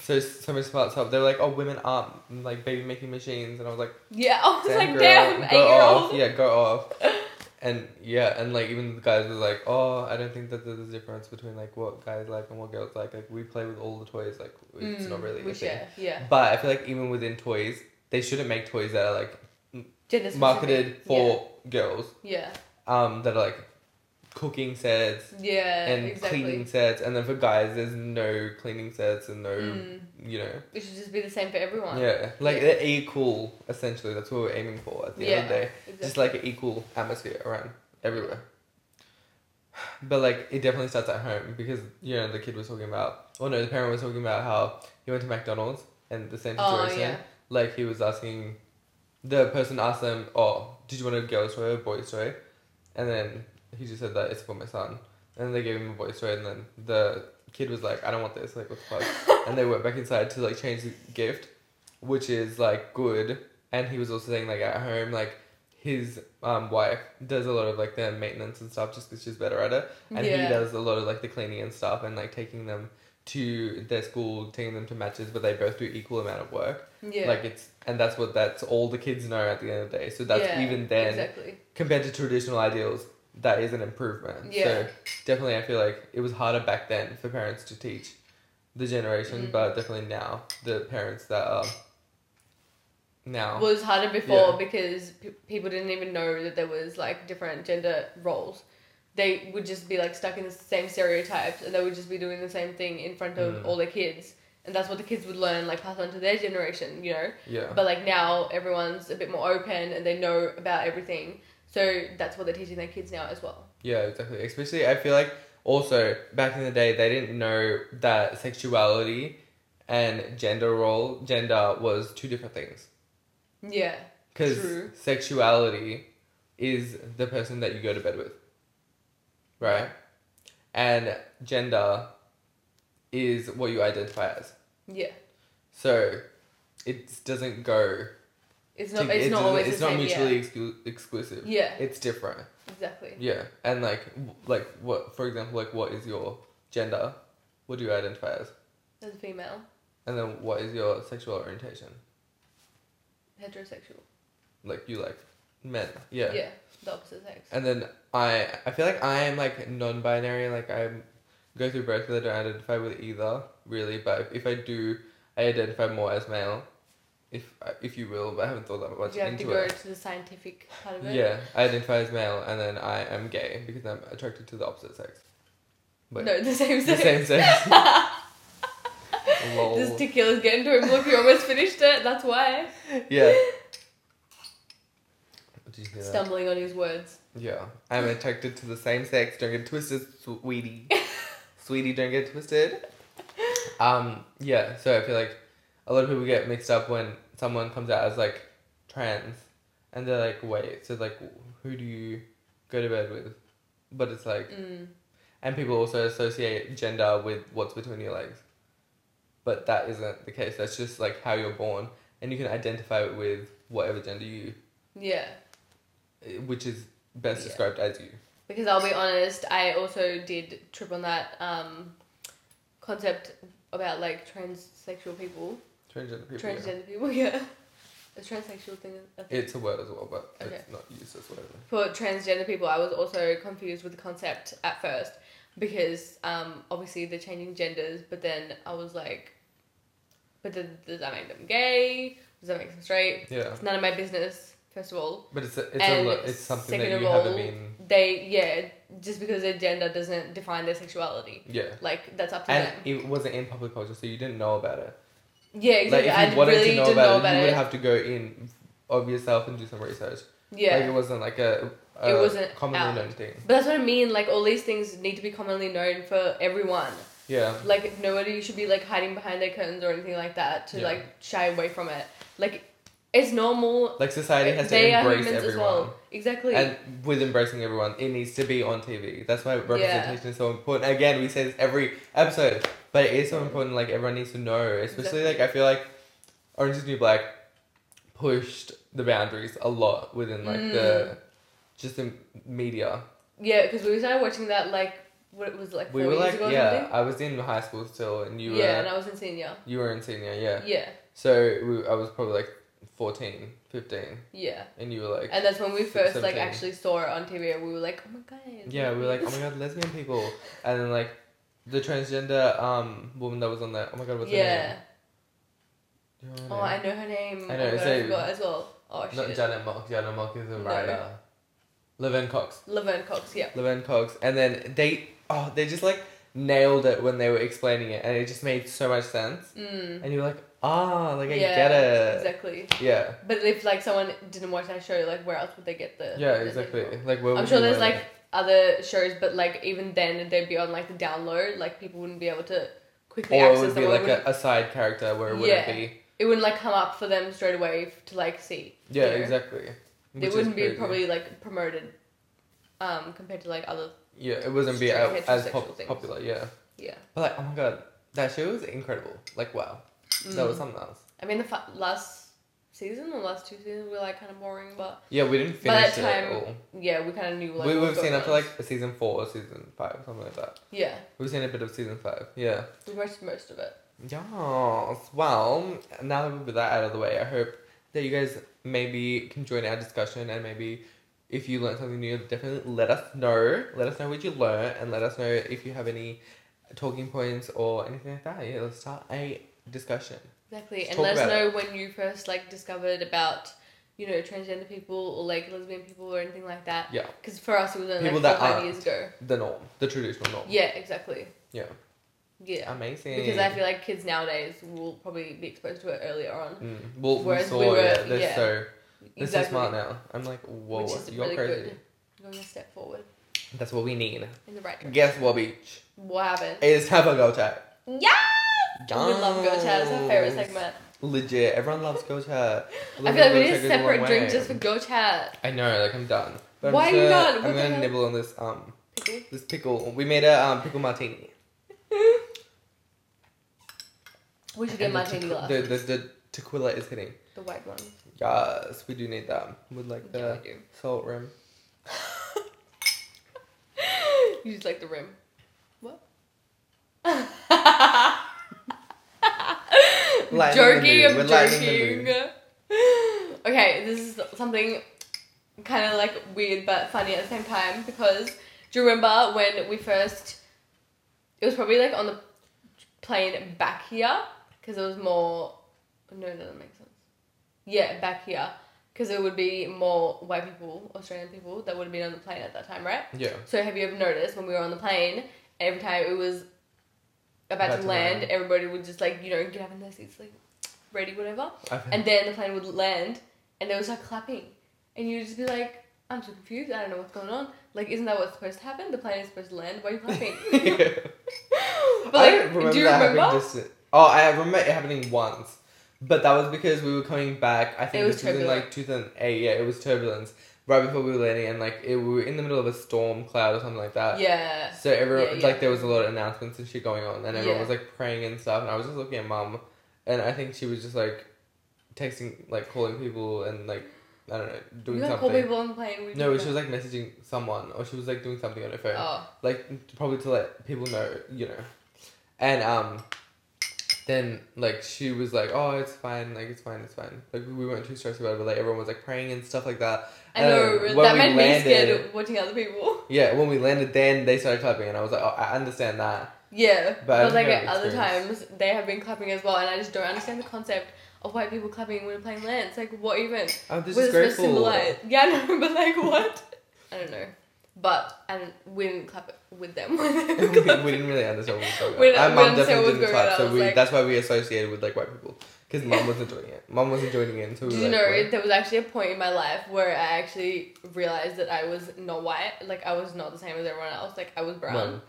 Speaker 1: so so much about stuff. They were like, "Oh, women aren't like baby making machines," and I was like,
Speaker 2: Yeah. I was
Speaker 1: "Damn,
Speaker 2: like,
Speaker 1: girl,
Speaker 2: damn,
Speaker 1: go
Speaker 2: eight year
Speaker 1: off,
Speaker 2: old.
Speaker 1: yeah, go off." and yeah, and like even the guys were like, "Oh, I don't think that there's a difference between like what guys like and what girls like. Like we play with all the toys. Like it's not really a
Speaker 2: Mm. which,
Speaker 1: thing."
Speaker 2: yeah, yeah.
Speaker 1: But I feel like even within toys, they shouldn't make toys that are like
Speaker 2: Gender specific.
Speaker 1: marketed for girls.
Speaker 2: Yeah.
Speaker 1: Um, that are like cooking sets
Speaker 2: Yeah. yeah
Speaker 1: and
Speaker 2: exactly.
Speaker 1: cleaning sets, and then for guys, there's no cleaning sets and no,
Speaker 2: Mm.
Speaker 1: you know,
Speaker 2: It should just be the same for everyone.
Speaker 1: yeah, like
Speaker 2: Yeah.
Speaker 1: they're equal. Essentially, that's what we're aiming for at the end of the day,
Speaker 2: exactly.
Speaker 1: just like an equal atmosphere around everywhere. But like, it definitely starts at home because you know the kid was talking about, or no, the parent was talking about how he went to McDonald's and the same
Speaker 2: Oh,
Speaker 1: situation.
Speaker 2: yeah.
Speaker 1: Like he was asking, the person asked them, "Oh, did you want a girl's toy or a boy's toy?" And then he just said that it's for my son. And they gave him a boy's toy, and then the kid was like, "I don't want this. Like, what the fuck?" and they went back inside to like change the gift, which is like good. And he was also saying like at home, like his um, wife does a lot of like the maintenance and stuff just because she's better at it, and he
Speaker 2: yeah.
Speaker 1: does a lot of like the cleaning and stuff, and like taking them to their school, taking them to matches, but they both do equal amount of work.
Speaker 2: Yeah.
Speaker 1: Like it's and that's what that's all the kids know at the end of the day. So that's
Speaker 2: Yeah,
Speaker 1: even then
Speaker 2: Exactly.
Speaker 1: compared to traditional ideals, that is an improvement.
Speaker 2: Yeah.
Speaker 1: So definitely I feel like it was harder back then for parents to teach the generation,
Speaker 2: Mm.
Speaker 1: but definitely now the parents that are now
Speaker 2: Well, it was harder before
Speaker 1: Yeah.
Speaker 2: because pe- people didn't even know that there was like different gender roles. They would just be like stuck in the same stereotypes, and they would just be doing the same thing in front of
Speaker 1: Mm.
Speaker 2: all the kids, and that's what the kids would learn, like pass on to their generation, you know.
Speaker 1: yeah.
Speaker 2: But like now, everyone's a bit more open, and they know about everything, so that's what they're teaching their kids now as well.
Speaker 1: Yeah, exactly. Especially, I feel like also back in the day, they didn't know that sexuality and gender role, gender was two different things.
Speaker 2: Yeah.
Speaker 1: Because
Speaker 2: True.
Speaker 1: sexuality is the person that you go to bed with, right? And gender is what you identify as.
Speaker 2: Yeah.
Speaker 1: So it doesn't go.
Speaker 2: It's not.
Speaker 1: to-
Speaker 2: it's
Speaker 1: it
Speaker 2: not
Speaker 1: doesn't-
Speaker 2: always
Speaker 1: It's
Speaker 2: the
Speaker 1: not
Speaker 2: same.
Speaker 1: mutually exclu- exclusive.
Speaker 2: yeah. yeah.
Speaker 1: It's different.
Speaker 2: Exactly.
Speaker 1: Yeah, and like, w- like what? For example, like what is your gender? What do you identify as?
Speaker 2: As a female,
Speaker 1: And then what is your sexual orientation?
Speaker 2: heterosexual.
Speaker 1: Like you like men,
Speaker 2: Yeah.
Speaker 1: yeah.
Speaker 2: The opposite sex.
Speaker 1: And then I, I feel like I am like non-binary. Like I go through both, because I don't identify with either really. But if I do, I identify more as male, if if you will. But I haven't thought that much
Speaker 2: you have to
Speaker 1: into
Speaker 2: go
Speaker 1: it.
Speaker 2: to the scientific part of it.
Speaker 1: Yeah, I identify as male, and then I am gay because I'm attracted to the opposite sex. But
Speaker 2: no, the same
Speaker 1: the
Speaker 2: sex.
Speaker 1: same sex. Lol.
Speaker 2: This tequila's getting to him. Look, you almost finished it. That's why.
Speaker 1: Yeah. Did you hear that?
Speaker 2: Stumbling on his words.
Speaker 1: Yeah. I'm attracted to the same sex. Don't get twisted, sweetie. sweetie, don't get twisted. Um, yeah, so I feel like a lot of people get mixed up when someone comes out as like trans and they're like, wait, so like who do you go to bed with? But it's like
Speaker 2: Mm.
Speaker 1: and people also associate gender with what's between your legs. But that isn't the case. That's just like how you're born and you can identify with whatever gender you
Speaker 2: Yeah.
Speaker 1: which is best
Speaker 2: Yeah.
Speaker 1: described as you.
Speaker 2: Because I'll be honest, I also did trip on that um, concept about like transsexual people,
Speaker 1: Transgender people. yeah.
Speaker 2: transgender people. Yeah, is transsexual thing a thing?
Speaker 1: It's a word as well, but
Speaker 2: Okay.
Speaker 1: it's not used as a word.
Speaker 2: for transgender people, I was also confused with the concept at first because um, obviously they're changing genders, but then I was like, but then does that make them gay? Does that make them straight?
Speaker 1: Yeah,
Speaker 2: It's none of my business, first of all.
Speaker 1: but it's a, it's
Speaker 2: And
Speaker 1: a lo- it's something that
Speaker 2: second
Speaker 1: you
Speaker 2: of
Speaker 1: haven't
Speaker 2: all-
Speaker 1: been.
Speaker 2: They, yeah, just because their gender doesn't define their sexuality.
Speaker 1: Yeah,
Speaker 2: Like, that's up to
Speaker 1: and
Speaker 2: them.
Speaker 1: it wasn't in public culture, so you didn't know about it.
Speaker 2: Yeah, exactly.
Speaker 1: Like if you
Speaker 2: I
Speaker 1: wanted
Speaker 2: really
Speaker 1: to know
Speaker 2: didn't
Speaker 1: about
Speaker 2: know
Speaker 1: it,
Speaker 2: about
Speaker 1: you
Speaker 2: it.
Speaker 1: would have to go in of yourself and do some research.
Speaker 2: yeah.
Speaker 1: like it wasn't like a. a
Speaker 2: It wasn't
Speaker 1: commonly
Speaker 2: out.
Speaker 1: known thing.
Speaker 2: but that's what I mean. Like, all these things need to be commonly known for everyone.
Speaker 1: Yeah,
Speaker 2: like nobody should be like hiding behind their curtains or anything like that to
Speaker 1: Yeah.
Speaker 2: like shy away from it. Like it's normal.
Speaker 1: like society has
Speaker 2: they
Speaker 1: to
Speaker 2: are
Speaker 1: embrace
Speaker 2: humans
Speaker 1: everyone.
Speaker 2: as well. Exactly.
Speaker 1: And with embracing everyone, it needs to be on TV. That's why representation is so important. Again, we say this every episode, but it is so important. Like everyone needs to know, especially
Speaker 2: Exactly.
Speaker 1: like I feel like Orange is the New Black pushed the boundaries a lot within like
Speaker 2: Mm.
Speaker 1: the just the media.
Speaker 2: yeah, because we started watching that like what it was like four
Speaker 1: We were
Speaker 2: years
Speaker 1: like,
Speaker 2: ago or
Speaker 1: yeah,
Speaker 2: something.
Speaker 1: I was in high school still, and you
Speaker 2: yeah, and
Speaker 1: were
Speaker 2: I was in senior.
Speaker 1: you were in senior, yeah.
Speaker 2: Yeah,
Speaker 1: So we, I was probably like 14, 15,
Speaker 2: yeah.
Speaker 1: and you were like.
Speaker 2: And that's when we
Speaker 1: Six,
Speaker 2: first like
Speaker 1: seventeen.
Speaker 2: actually saw it on TV, and we were like, oh my god.
Speaker 1: Yeah, we were like, oh my god, lesbian people, and then like the transgender um woman that was on there. Oh my god, what's
Speaker 2: yeah.
Speaker 1: her name? Do you know
Speaker 2: Oh,
Speaker 1: her name?
Speaker 2: I know her name.
Speaker 1: I know,
Speaker 2: oh my God,
Speaker 1: so-
Speaker 2: I forgot as well. Oh shit.
Speaker 1: Not Janet Mock. Janet Mock is a
Speaker 2: No.
Speaker 1: writer. Laverne Cox.
Speaker 2: Laverne Cox. Yeah.
Speaker 1: Laverne Cox, and then they oh they just like nailed it when they were explaining it, and it just made so much sense.
Speaker 2: Mm.
Speaker 1: And you were like, ah, like I
Speaker 2: yeah,
Speaker 1: get it.
Speaker 2: Exactly.
Speaker 1: Yeah,
Speaker 2: But if like someone didn't watch that show, like where else would they get the?
Speaker 1: yeah,
Speaker 2: the thing
Speaker 1: exactly.
Speaker 2: from?
Speaker 1: Like where
Speaker 2: I'm
Speaker 1: would
Speaker 2: sure
Speaker 1: you
Speaker 2: there's
Speaker 1: learn
Speaker 2: like other shows, but like even then they'd be on like the down low. Like people wouldn't be able to
Speaker 1: it?
Speaker 2: quickly
Speaker 1: or it
Speaker 2: access
Speaker 1: would
Speaker 2: them.
Speaker 1: be
Speaker 2: or
Speaker 1: like
Speaker 2: it,
Speaker 1: a,
Speaker 2: wouldn't,
Speaker 1: a side character where it wouldn't
Speaker 2: Yeah.
Speaker 1: be.
Speaker 2: it wouldn't like come up for them straight away f- to like see.
Speaker 1: Yeah,
Speaker 2: Yeah.
Speaker 1: exactly. Which
Speaker 2: They
Speaker 1: is
Speaker 2: wouldn't be
Speaker 1: crazy.
Speaker 2: probably like promoted, um, compared to like other
Speaker 1: Yeah, it wouldn't be
Speaker 2: Straight
Speaker 1: out as
Speaker 2: heterosexual
Speaker 1: pop-
Speaker 2: things.
Speaker 1: popular. Yeah,
Speaker 2: yeah.
Speaker 1: but like, oh my god, that show was incredible. Like, wow, that was
Speaker 2: Mm.
Speaker 1: something else.
Speaker 2: I mean the fa- last season or last two seasons were like kind of boring, but
Speaker 1: Yeah, we didn't
Speaker 2: By
Speaker 1: finish
Speaker 2: that
Speaker 1: it at
Speaker 2: time,
Speaker 1: all.
Speaker 2: yeah, we kind of knew like
Speaker 1: we
Speaker 2: what
Speaker 1: we've
Speaker 2: was
Speaker 1: seen
Speaker 2: going
Speaker 1: up to
Speaker 2: on.
Speaker 1: like season four, season five, something like that.
Speaker 2: yeah,
Speaker 1: We've seen a bit of season five. Yeah.
Speaker 2: we watched most of it.
Speaker 1: Yes. Well, now that we've got that out of the way, I hope that you guys maybe can join our discussion and maybe if you learned something new, definitely let us know. Let us know what you learned and let us know if you have any talking points or anything like that. Yeah, let's start a discussion.
Speaker 2: Exactly,
Speaker 1: Let's
Speaker 2: and
Speaker 1: talk
Speaker 2: let us
Speaker 1: about
Speaker 2: know when you first like discovered about, you know, transgender people or like lesbian people or anything like that.
Speaker 1: Yeah.
Speaker 2: Because for us, it was only
Speaker 1: People
Speaker 2: like
Speaker 1: that
Speaker 2: four, five
Speaker 1: aren't.
Speaker 2: years ago.
Speaker 1: The norm, the traditional norm.
Speaker 2: Yeah, exactly.
Speaker 1: Yeah.
Speaker 2: Yeah.
Speaker 1: Amazing.
Speaker 2: Because I feel like kids nowadays will probably be exposed to it earlier on.
Speaker 1: Mm. Well, we
Speaker 2: Whereas
Speaker 1: saw
Speaker 2: we were-
Speaker 1: yeah, they're
Speaker 2: yeah.
Speaker 1: so they're so
Speaker 2: exactly.
Speaker 1: smart now. I'm like, whoa,
Speaker 2: Which is
Speaker 1: you're
Speaker 2: really
Speaker 1: crazy.
Speaker 2: good. Going a step forward
Speaker 1: That's what we need.
Speaker 2: in the right direction.
Speaker 1: Guess what, beach?
Speaker 2: What happened?
Speaker 1: It's time for girl chat.
Speaker 2: Yeah. We love Go Chat. It's our favorite
Speaker 1: Yes.
Speaker 2: segment.
Speaker 1: Legit, everyone loves girl chat.
Speaker 2: I
Speaker 1: Love
Speaker 2: feel like
Speaker 1: girl
Speaker 2: we need a
Speaker 1: chat goes long
Speaker 2: separate drink
Speaker 1: way.
Speaker 2: just for Go Chat.
Speaker 1: I know, like I'm done. I'm
Speaker 2: Why
Speaker 1: just
Speaker 2: you
Speaker 1: gonna-
Speaker 2: done? What
Speaker 1: I'm
Speaker 2: the
Speaker 1: gonna
Speaker 2: hell?
Speaker 1: nibble on this um
Speaker 2: Pickle.
Speaker 1: this pickle. We made a um pickle martini.
Speaker 2: We should get
Speaker 1: And the
Speaker 2: martini
Speaker 1: tequi-
Speaker 2: glass.
Speaker 1: The
Speaker 2: The,
Speaker 1: the, the tequila is hitting.
Speaker 2: white one.
Speaker 1: Yes, we do need that with like the
Speaker 2: Yeah, we do.
Speaker 1: salt rim.
Speaker 2: you just like the rim. What?
Speaker 1: Lightening the
Speaker 2: joking,
Speaker 1: mood. We're
Speaker 2: I'm
Speaker 1: lightening
Speaker 2: joking.
Speaker 1: the
Speaker 2: Okay, this is something kind of like weird but funny at the same time because do you remember when we first? It was probably like on the plane back here because it was more. No, that doesn't make sense. Yeah, back here because it would be more white people, Australian people that would have been on the plane at that time, right?
Speaker 1: Yeah.
Speaker 2: So have you ever noticed when we were on the plane, every time it was about, to, land, everybody would just like, you know, get up in their seats like ready, whatever.
Speaker 1: I feel-
Speaker 2: And then the plane would land and they would start clapping. And you'd just be like, I'm so confused, I don't know what's going on. Like, isn't that what's supposed to happen? The plane is supposed to land, why are you clapping? but
Speaker 1: I
Speaker 2: like,
Speaker 1: don't remember
Speaker 2: do you
Speaker 1: that
Speaker 2: remember?
Speaker 1: happening just. Oh, I remember it happening once, but that was because we were coming back. I think
Speaker 2: It was
Speaker 1: this was in
Speaker 2: turbulent.
Speaker 1: like 2008. Yeah, it was turbulence right before we were landing, and like it, we were in the middle of a storm cloud or something like that.
Speaker 2: yeah.
Speaker 1: So everyone
Speaker 2: Yeah, yeah.
Speaker 1: like there was a lot of announcements and shit going on, and everyone
Speaker 2: Yeah.
Speaker 1: was like praying and stuff. And I was just looking at mum, and I think she was just like texting, like calling people, and like I don't know,
Speaker 2: We
Speaker 1: doing
Speaker 2: don't call
Speaker 1: something.
Speaker 2: people on the plane. We
Speaker 1: No,
Speaker 2: do
Speaker 1: she was like messaging someone, or she was like doing something on her phone
Speaker 2: Oh,
Speaker 1: like probably to let people know, you know. And um then like she was like, oh, it's fine, like it's fine, it's fine. Like we weren't too stressed about it, but like everyone was like praying and stuff like that.
Speaker 2: I
Speaker 1: And
Speaker 2: know
Speaker 1: uh, when
Speaker 2: that
Speaker 1: we
Speaker 2: made
Speaker 1: landed-
Speaker 2: me scared of watching other people.
Speaker 1: Yeah, when we landed, then they started clapping, and I was like, oh, I understand that.
Speaker 2: Yeah,
Speaker 1: But
Speaker 2: but,
Speaker 1: I don't
Speaker 2: like
Speaker 1: know,
Speaker 2: at other
Speaker 1: experience.
Speaker 2: times they have been clapping as well, and I just don't understand the concept of white people clapping when playing Lance. Like what even?
Speaker 1: I'm just
Speaker 2: what is this
Speaker 1: Oh, grateful.
Speaker 2: symbolize? Yeah, I know, but like what? I don't know. But I didn't, we didn't clap with them.
Speaker 1: we, we didn't really understand what was going on.
Speaker 2: We
Speaker 1: My
Speaker 2: don't- we
Speaker 1: mum
Speaker 2: don't say
Speaker 1: definitely
Speaker 2: what's
Speaker 1: didn't
Speaker 2: going on,
Speaker 1: clap,
Speaker 2: I
Speaker 1: so
Speaker 2: was
Speaker 1: we,
Speaker 2: like-
Speaker 1: that's why we associated with like white people because mum wasn't doing it. Mum wasn't joining in, so we
Speaker 2: Did
Speaker 1: were
Speaker 2: you
Speaker 1: like,
Speaker 2: know
Speaker 1: "What?"
Speaker 2: there was actually a point in my life where I actually realized that I was not white. Like I was not the same as everyone else. Like I was brown.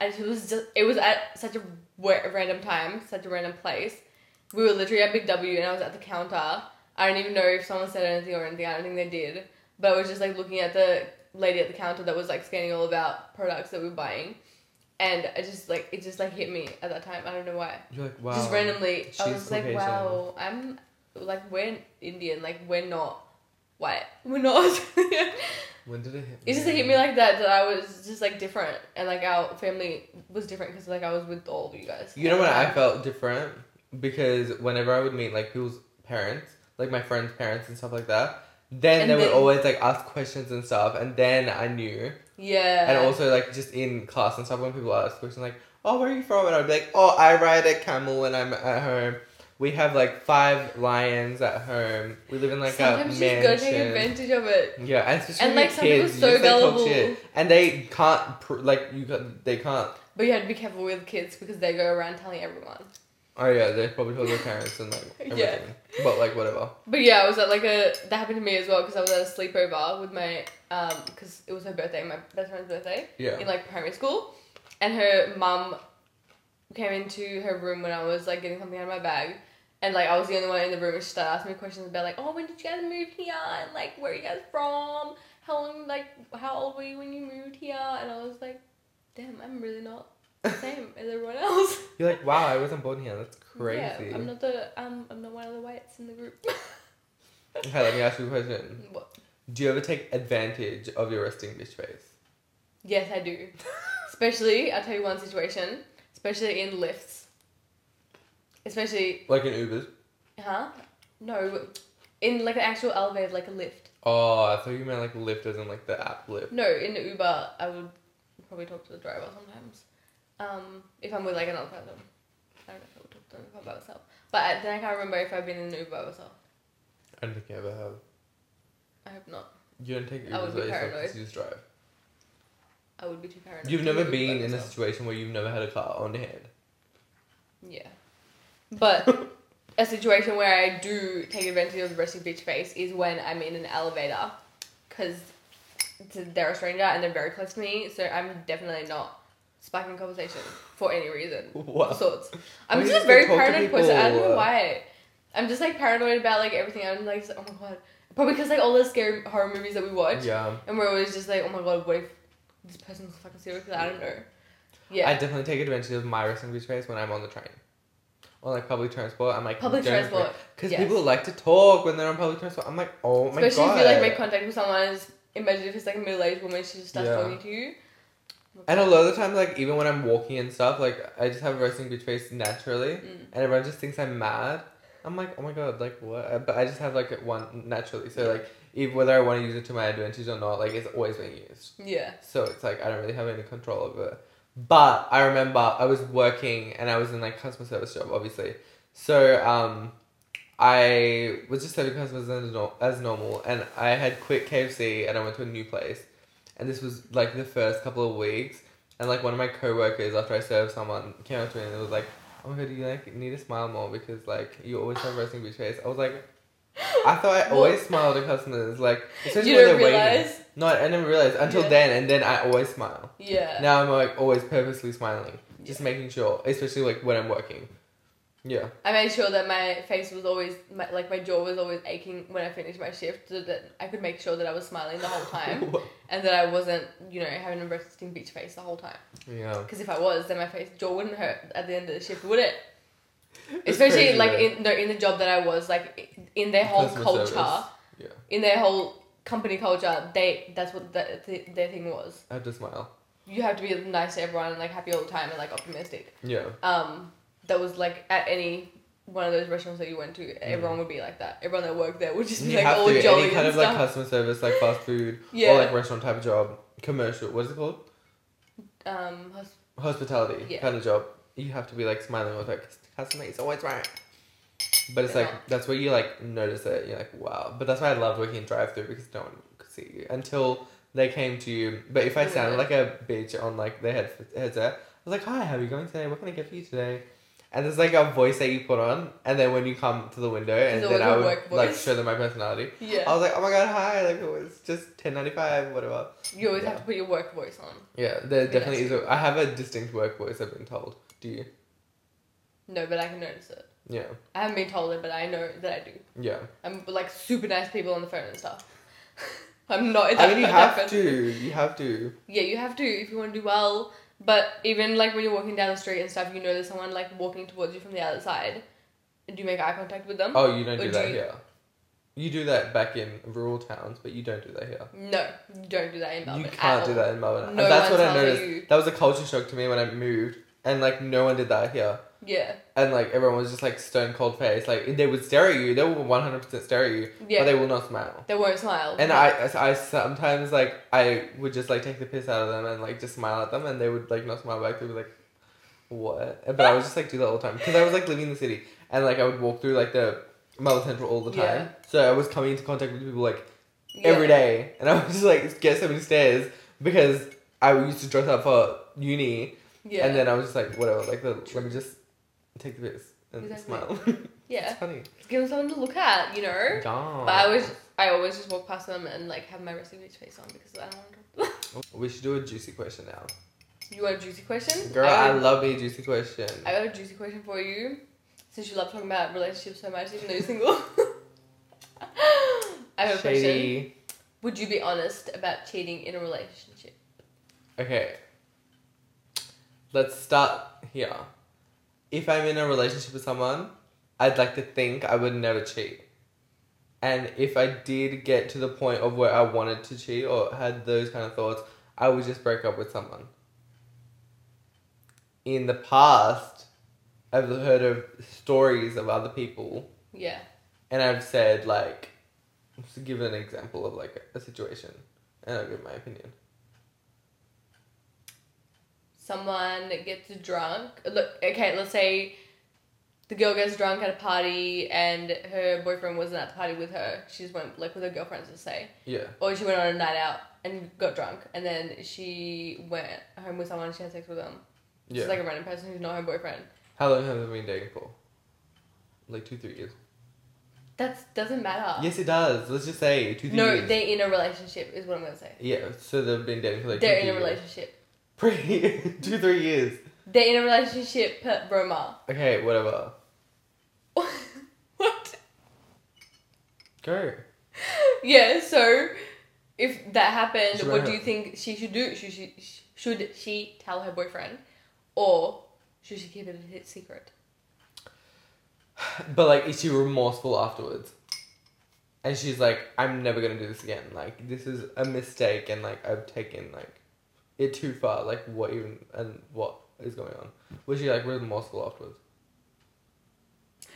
Speaker 2: I just, it was just it was at such a wa- random time, such a random place. We were literally at Big W, and I was at the counter. I don't even know if someone said anything or anything. I don't think they did, but I was just like looking at the lady at the counter that was like scanning all of our products that we were buying, and I just like it just like hit me at that time. I don't know why.
Speaker 1: You're like, wow.
Speaker 2: Just randomly, I
Speaker 1: she's
Speaker 2: was like,
Speaker 1: Caucasian.
Speaker 2: wow, I'm like we're Indian, like we're not white, we're not.
Speaker 1: When did it hit?
Speaker 2: It just hit me like that that I was just like different and like our family was different because like I was with all of you guys.
Speaker 1: You know when I felt different because whenever I would meet like people's parents, like my friends' parents and stuff like that, then
Speaker 2: And
Speaker 1: they would
Speaker 2: then-
Speaker 1: always like ask questions and stuff, and then I knew.
Speaker 2: Yeah.
Speaker 1: And also like just in class and stuff, when people ask questions like, "Oh, where are you from?" and I'd be like, "Oh, I ride a camel when I'm at home. We have like five lions at home. We live in like
Speaker 2: sometimes
Speaker 1: a
Speaker 2: you just gotta take
Speaker 1: mansion."
Speaker 2: advantage of it.
Speaker 1: Yeah, and especially
Speaker 2: And,
Speaker 1: with
Speaker 2: like, some
Speaker 1: kids,
Speaker 2: people's so
Speaker 1: you just, like, talk
Speaker 2: gullible.
Speaker 1: shit. and they can't pr- like you. Got, they can't
Speaker 2: But you had to be careful with kids because they go around telling everyone.
Speaker 1: Oh yeah, they probably told their parents and like everything.
Speaker 2: Yeah.
Speaker 1: But like whatever.
Speaker 2: But yeah, I was at like a that happened to me as well because I was at a sleepover with my um because it was her birthday, my best friend's birthday. in
Speaker 1: Yeah.
Speaker 2: like primary school, and her mum came into her room when I was like getting something out of my bag, and like I was the only one in the room. And she started asking me questions about like, oh, when did you guys move here? And like, where are you guys from? How long? Like, how old were you when you moved here? And I was like, damn, I'm really not the same as everyone else.
Speaker 1: You're like, wow, I wasn't born here. That's crazy.
Speaker 2: Yeah, I'm not the um, I'm not one of the whites in the group.
Speaker 1: Okay, let me ask you a question.
Speaker 2: What?
Speaker 1: Do you ever take advantage of your resting bitch face?
Speaker 2: Yes, I do. especially, I'll tell you one situation. Especially in lifts. Especially
Speaker 1: Like in Ubers?
Speaker 2: Huh? No, in like an actual elevator, like a lift.
Speaker 1: Oh, I thought you meant like Lyft as in like the app Lyft.
Speaker 2: No, in the Uber, I would probably talk to the driver sometimes. Um, if I'm with like another person, I don't know if I would talk to them if I'm by myself. But I- then I can't remember if I've been in an Uber by myself.
Speaker 1: I don't think you ever have.
Speaker 2: I hope not.
Speaker 1: You don't take Ubers
Speaker 2: I
Speaker 1: by
Speaker 2: would be
Speaker 1: yourself
Speaker 2: paranoid.
Speaker 1: 'cause you just drive.
Speaker 2: I would be too paranoid.
Speaker 1: You've
Speaker 2: to do
Speaker 1: never
Speaker 2: Uber
Speaker 1: been
Speaker 2: by
Speaker 1: in a
Speaker 2: myself.
Speaker 1: situation where you've never had a car on hand.
Speaker 2: Yeah, but a situation where I do take advantage of the resting bitch face is when I'm in an elevator, because they're a stranger and they're very close to me, so I'm definitely not sparking conversation for any reason.
Speaker 1: Wow.
Speaker 2: all sorts. I'm
Speaker 1: Why do you
Speaker 2: just
Speaker 1: have
Speaker 2: a
Speaker 1: to
Speaker 2: very
Speaker 1: talk to
Speaker 2: paranoid person. I don't
Speaker 1: people? uh,
Speaker 2: know why. I'm just like paranoid about like everything. I'm like, oh my god. Probably because like all the scary horror movies that we watch,
Speaker 1: yeah.
Speaker 2: and we're always just like, oh my god, what if this person's a fucking serial killer? I don't know. Yeah.
Speaker 1: I definitely take advantage of my resting bitch face when I'm on the train. Or like public transport. I'm like
Speaker 2: Public
Speaker 1: don't-
Speaker 2: transport.
Speaker 1: Because
Speaker 2: Yes.
Speaker 1: people like to talk when they're on public transport. I'm like, oh my
Speaker 2: Especially
Speaker 1: god.
Speaker 2: if you like make contact with someone. Is, imagine if it's like a middle aged woman. She just starts
Speaker 1: Yeah.
Speaker 2: talking to you.
Speaker 1: and a lot of the time, like even when I'm walking and stuff, like I just have a resting bitch face naturally,
Speaker 2: Mm.
Speaker 1: and everyone just thinks I'm mad. I'm like, oh my god, like what? But I just have like one naturally. So like, even whether I want to use it to my advantage or not, like it's always being used.
Speaker 2: Yeah.
Speaker 1: So it's like I don't really have any control over it. But I remember I was working and I was in like customer service job, obviously. So um, I was just serving customers as, nor- as normal, and I had quit KFC and I went to a new place, and this was like the first couple of weeks, and like one of my coworkers after I served someone came up to me and was like, "Oh my god, you like need to smile more because like you always have a resting bitch face." I was like, I thought I
Speaker 2: What?
Speaker 1: always smiled at customers, like especially
Speaker 2: you
Speaker 1: when
Speaker 2: don't
Speaker 1: they're waiting.
Speaker 2: realize.
Speaker 1: No, I never realized until
Speaker 2: Yeah.
Speaker 1: then, and then I always smile.
Speaker 2: Yeah.
Speaker 1: Now I'm like always purposely smiling, just making sure, especially like when I'm working. Yeah,
Speaker 2: I made sure that my face was always my, like my jaw was always aching when I finished my shift, so that I could make sure that I was smiling the whole time. and that I wasn't, you know, having a resting beach face the whole time.
Speaker 1: yeah.
Speaker 2: Because if I was, then my face jaw wouldn't hurt at the end of the shift, would it?
Speaker 1: It's
Speaker 2: Especially
Speaker 1: crazy,
Speaker 2: like
Speaker 1: though.
Speaker 2: in no, in the job that I was, like i- in their whole
Speaker 1: Customer
Speaker 2: culture,
Speaker 1: service. Yeah.
Speaker 2: in their whole company culture, they that's what the, the, their thing was.
Speaker 1: I have to smile.
Speaker 2: You have to be nice to everyone and like happy all the time and like optimistic.
Speaker 1: Yeah,
Speaker 2: Um, that was like at any one of those restaurants that you went to, everyone would be like that. Everyone that worked there would just be
Speaker 1: Mm. You
Speaker 2: like
Speaker 1: have
Speaker 2: all
Speaker 1: to
Speaker 2: jolly
Speaker 1: any kind
Speaker 2: and
Speaker 1: of like
Speaker 2: stuff.
Speaker 1: customer service, like fast food
Speaker 2: yeah.
Speaker 1: or like restaurant type of job, commercial. What is it called?
Speaker 2: um, hus-
Speaker 1: Hospitality
Speaker 2: Yeah.
Speaker 1: kind of job. You have to be like smiling with like customer is always right. But it's
Speaker 2: They're
Speaker 1: like
Speaker 2: not.
Speaker 1: that's where you like notice it. You're like wow. But that's why I loved working in drive through because no one could see you until they came to you. But if I
Speaker 2: Oh,
Speaker 1: sounded
Speaker 2: yeah.
Speaker 1: like a bitch on like their head headset, I was like hi, how are you going today? What can I get for you today? And there's like a voice that you put on, and then when you come to the window, and
Speaker 2: It's
Speaker 1: then
Speaker 2: always
Speaker 1: I
Speaker 2: a
Speaker 1: would
Speaker 2: work
Speaker 1: like
Speaker 2: voice.
Speaker 1: show them my personality.
Speaker 2: yeah.
Speaker 1: I was like, oh my god, hi! Like it was just ten ninety five, whatever.
Speaker 2: you always
Speaker 1: yeah.
Speaker 2: have to put your work voice on.
Speaker 1: Yeah, there
Speaker 2: that's
Speaker 1: definitely is. A, I have a distinct work voice. I've been told. Do you?
Speaker 2: No, but I can notice it.
Speaker 1: Yeah,
Speaker 2: I haven't been told it, but I know that I do.
Speaker 1: yeah.
Speaker 2: I'm like super nice people on the phone and stuff. I'm not.
Speaker 1: I mean, you
Speaker 2: that
Speaker 1: have
Speaker 2: person.
Speaker 1: to. You have to.
Speaker 2: Yeah, you have to if you want to do well. But even like when you're walking down the street and stuff, you know there's someone like walking towards you from the other side. Do you make eye contact with them?
Speaker 1: Oh, you don't
Speaker 2: Or
Speaker 1: do
Speaker 2: do
Speaker 1: that
Speaker 2: you-
Speaker 1: here. You do that back in rural towns, but you don't do that here.
Speaker 2: No, you don't do that in Melbourne.
Speaker 1: You
Speaker 2: at
Speaker 1: can't do
Speaker 2: all.
Speaker 1: that in Melbourne.
Speaker 2: No
Speaker 1: and that's
Speaker 2: one
Speaker 1: what I
Speaker 2: tells
Speaker 1: noticed.
Speaker 2: you.
Speaker 1: That was a culture shock to me when I moved, and like no one did that here.
Speaker 2: Yeah,
Speaker 1: And like everyone was just like stone cold face. Like they would stare at you. They will one hundred percent stare at you,
Speaker 2: yeah.
Speaker 1: but
Speaker 2: They,
Speaker 1: they will not smile.
Speaker 2: won't smile.
Speaker 1: And I, I sometimes like I would just like take the piss out of them and like just smile at them, and they would like not smile back. They'd be like, "What?" But I would just like do that all the time because I was like living in the city, and like I would walk through like the Melbourne Central all the time.
Speaker 2: Yeah.
Speaker 1: So I was coming into contact with people like
Speaker 2: Yeah.
Speaker 1: every day, and I would just like get so many stares because I used to dress up for uni,
Speaker 2: Yeah.
Speaker 1: and then I was just like, "Whatever." Like, the, let me just take the piss and
Speaker 2: Exactly.
Speaker 1: smile.
Speaker 2: yeah.
Speaker 1: it's funny.
Speaker 2: Give them something to look at, you know.
Speaker 1: But
Speaker 2: But I always, I always just walk past them and like have my resting bitch face on because I don't want to.
Speaker 1: We should do a juicy question now.
Speaker 2: You want a juicy question?
Speaker 1: Girl,
Speaker 2: I
Speaker 1: I,
Speaker 2: got,
Speaker 1: love me a juicy question.
Speaker 2: Um, I got a juicy question for you. Since you love talking about relationships so much, even though you're single. I have a question.
Speaker 1: Shady.
Speaker 2: Would you be honest about cheating in a relationship?
Speaker 1: Okay. Let's start here. If I'm in a relationship with someone, I'd like to think I would never cheat. And if I did get to the point of where I wanted to cheat or had those kind of thoughts, I would just break up with someone. In the past, I've heard of stories of other people
Speaker 2: Yeah.
Speaker 1: and I've said like, just to give an example of like a situation, and I'll give my opinion.
Speaker 2: Someone gets drunk. Look, okay, let's say the girl gets drunk at a party and her boyfriend wasn't at the party with her. She just went like with her girlfriends, let's say,
Speaker 1: Yeah,
Speaker 2: or she went on a night out and got drunk, and then she went home with someone. and She had sex with them. It's
Speaker 1: yeah.
Speaker 2: like a random person who's not her boyfriend.
Speaker 1: How long have they been dating for? Like two, three years.
Speaker 2: That doesn't matter.
Speaker 1: Yes, it does. Let's just say two, three
Speaker 2: Uh, no,
Speaker 1: years.
Speaker 2: they're in a relationship, is what I'm gonna say.
Speaker 1: yeah, so they've been dating for like.
Speaker 2: they're
Speaker 1: two,
Speaker 2: in a
Speaker 1: three years.
Speaker 2: relationship.
Speaker 1: Pretty two, three years.
Speaker 2: They're in a relationship, Roma.
Speaker 1: Okay, whatever.
Speaker 2: what?
Speaker 1: Go.
Speaker 2: Yeah, so if that happened,
Speaker 1: Should I
Speaker 2: what do
Speaker 1: have-
Speaker 2: you think she should do? Should she should she tell her boyfriend, or should she keep it a hit secret?
Speaker 1: But like, is she remorseful afterwards? And she's like, I'm never gonna do this again. Like, this is a mistake, and like, I've taken like it too far. Like, what even and what is going on? Was she like remorseful afterwards?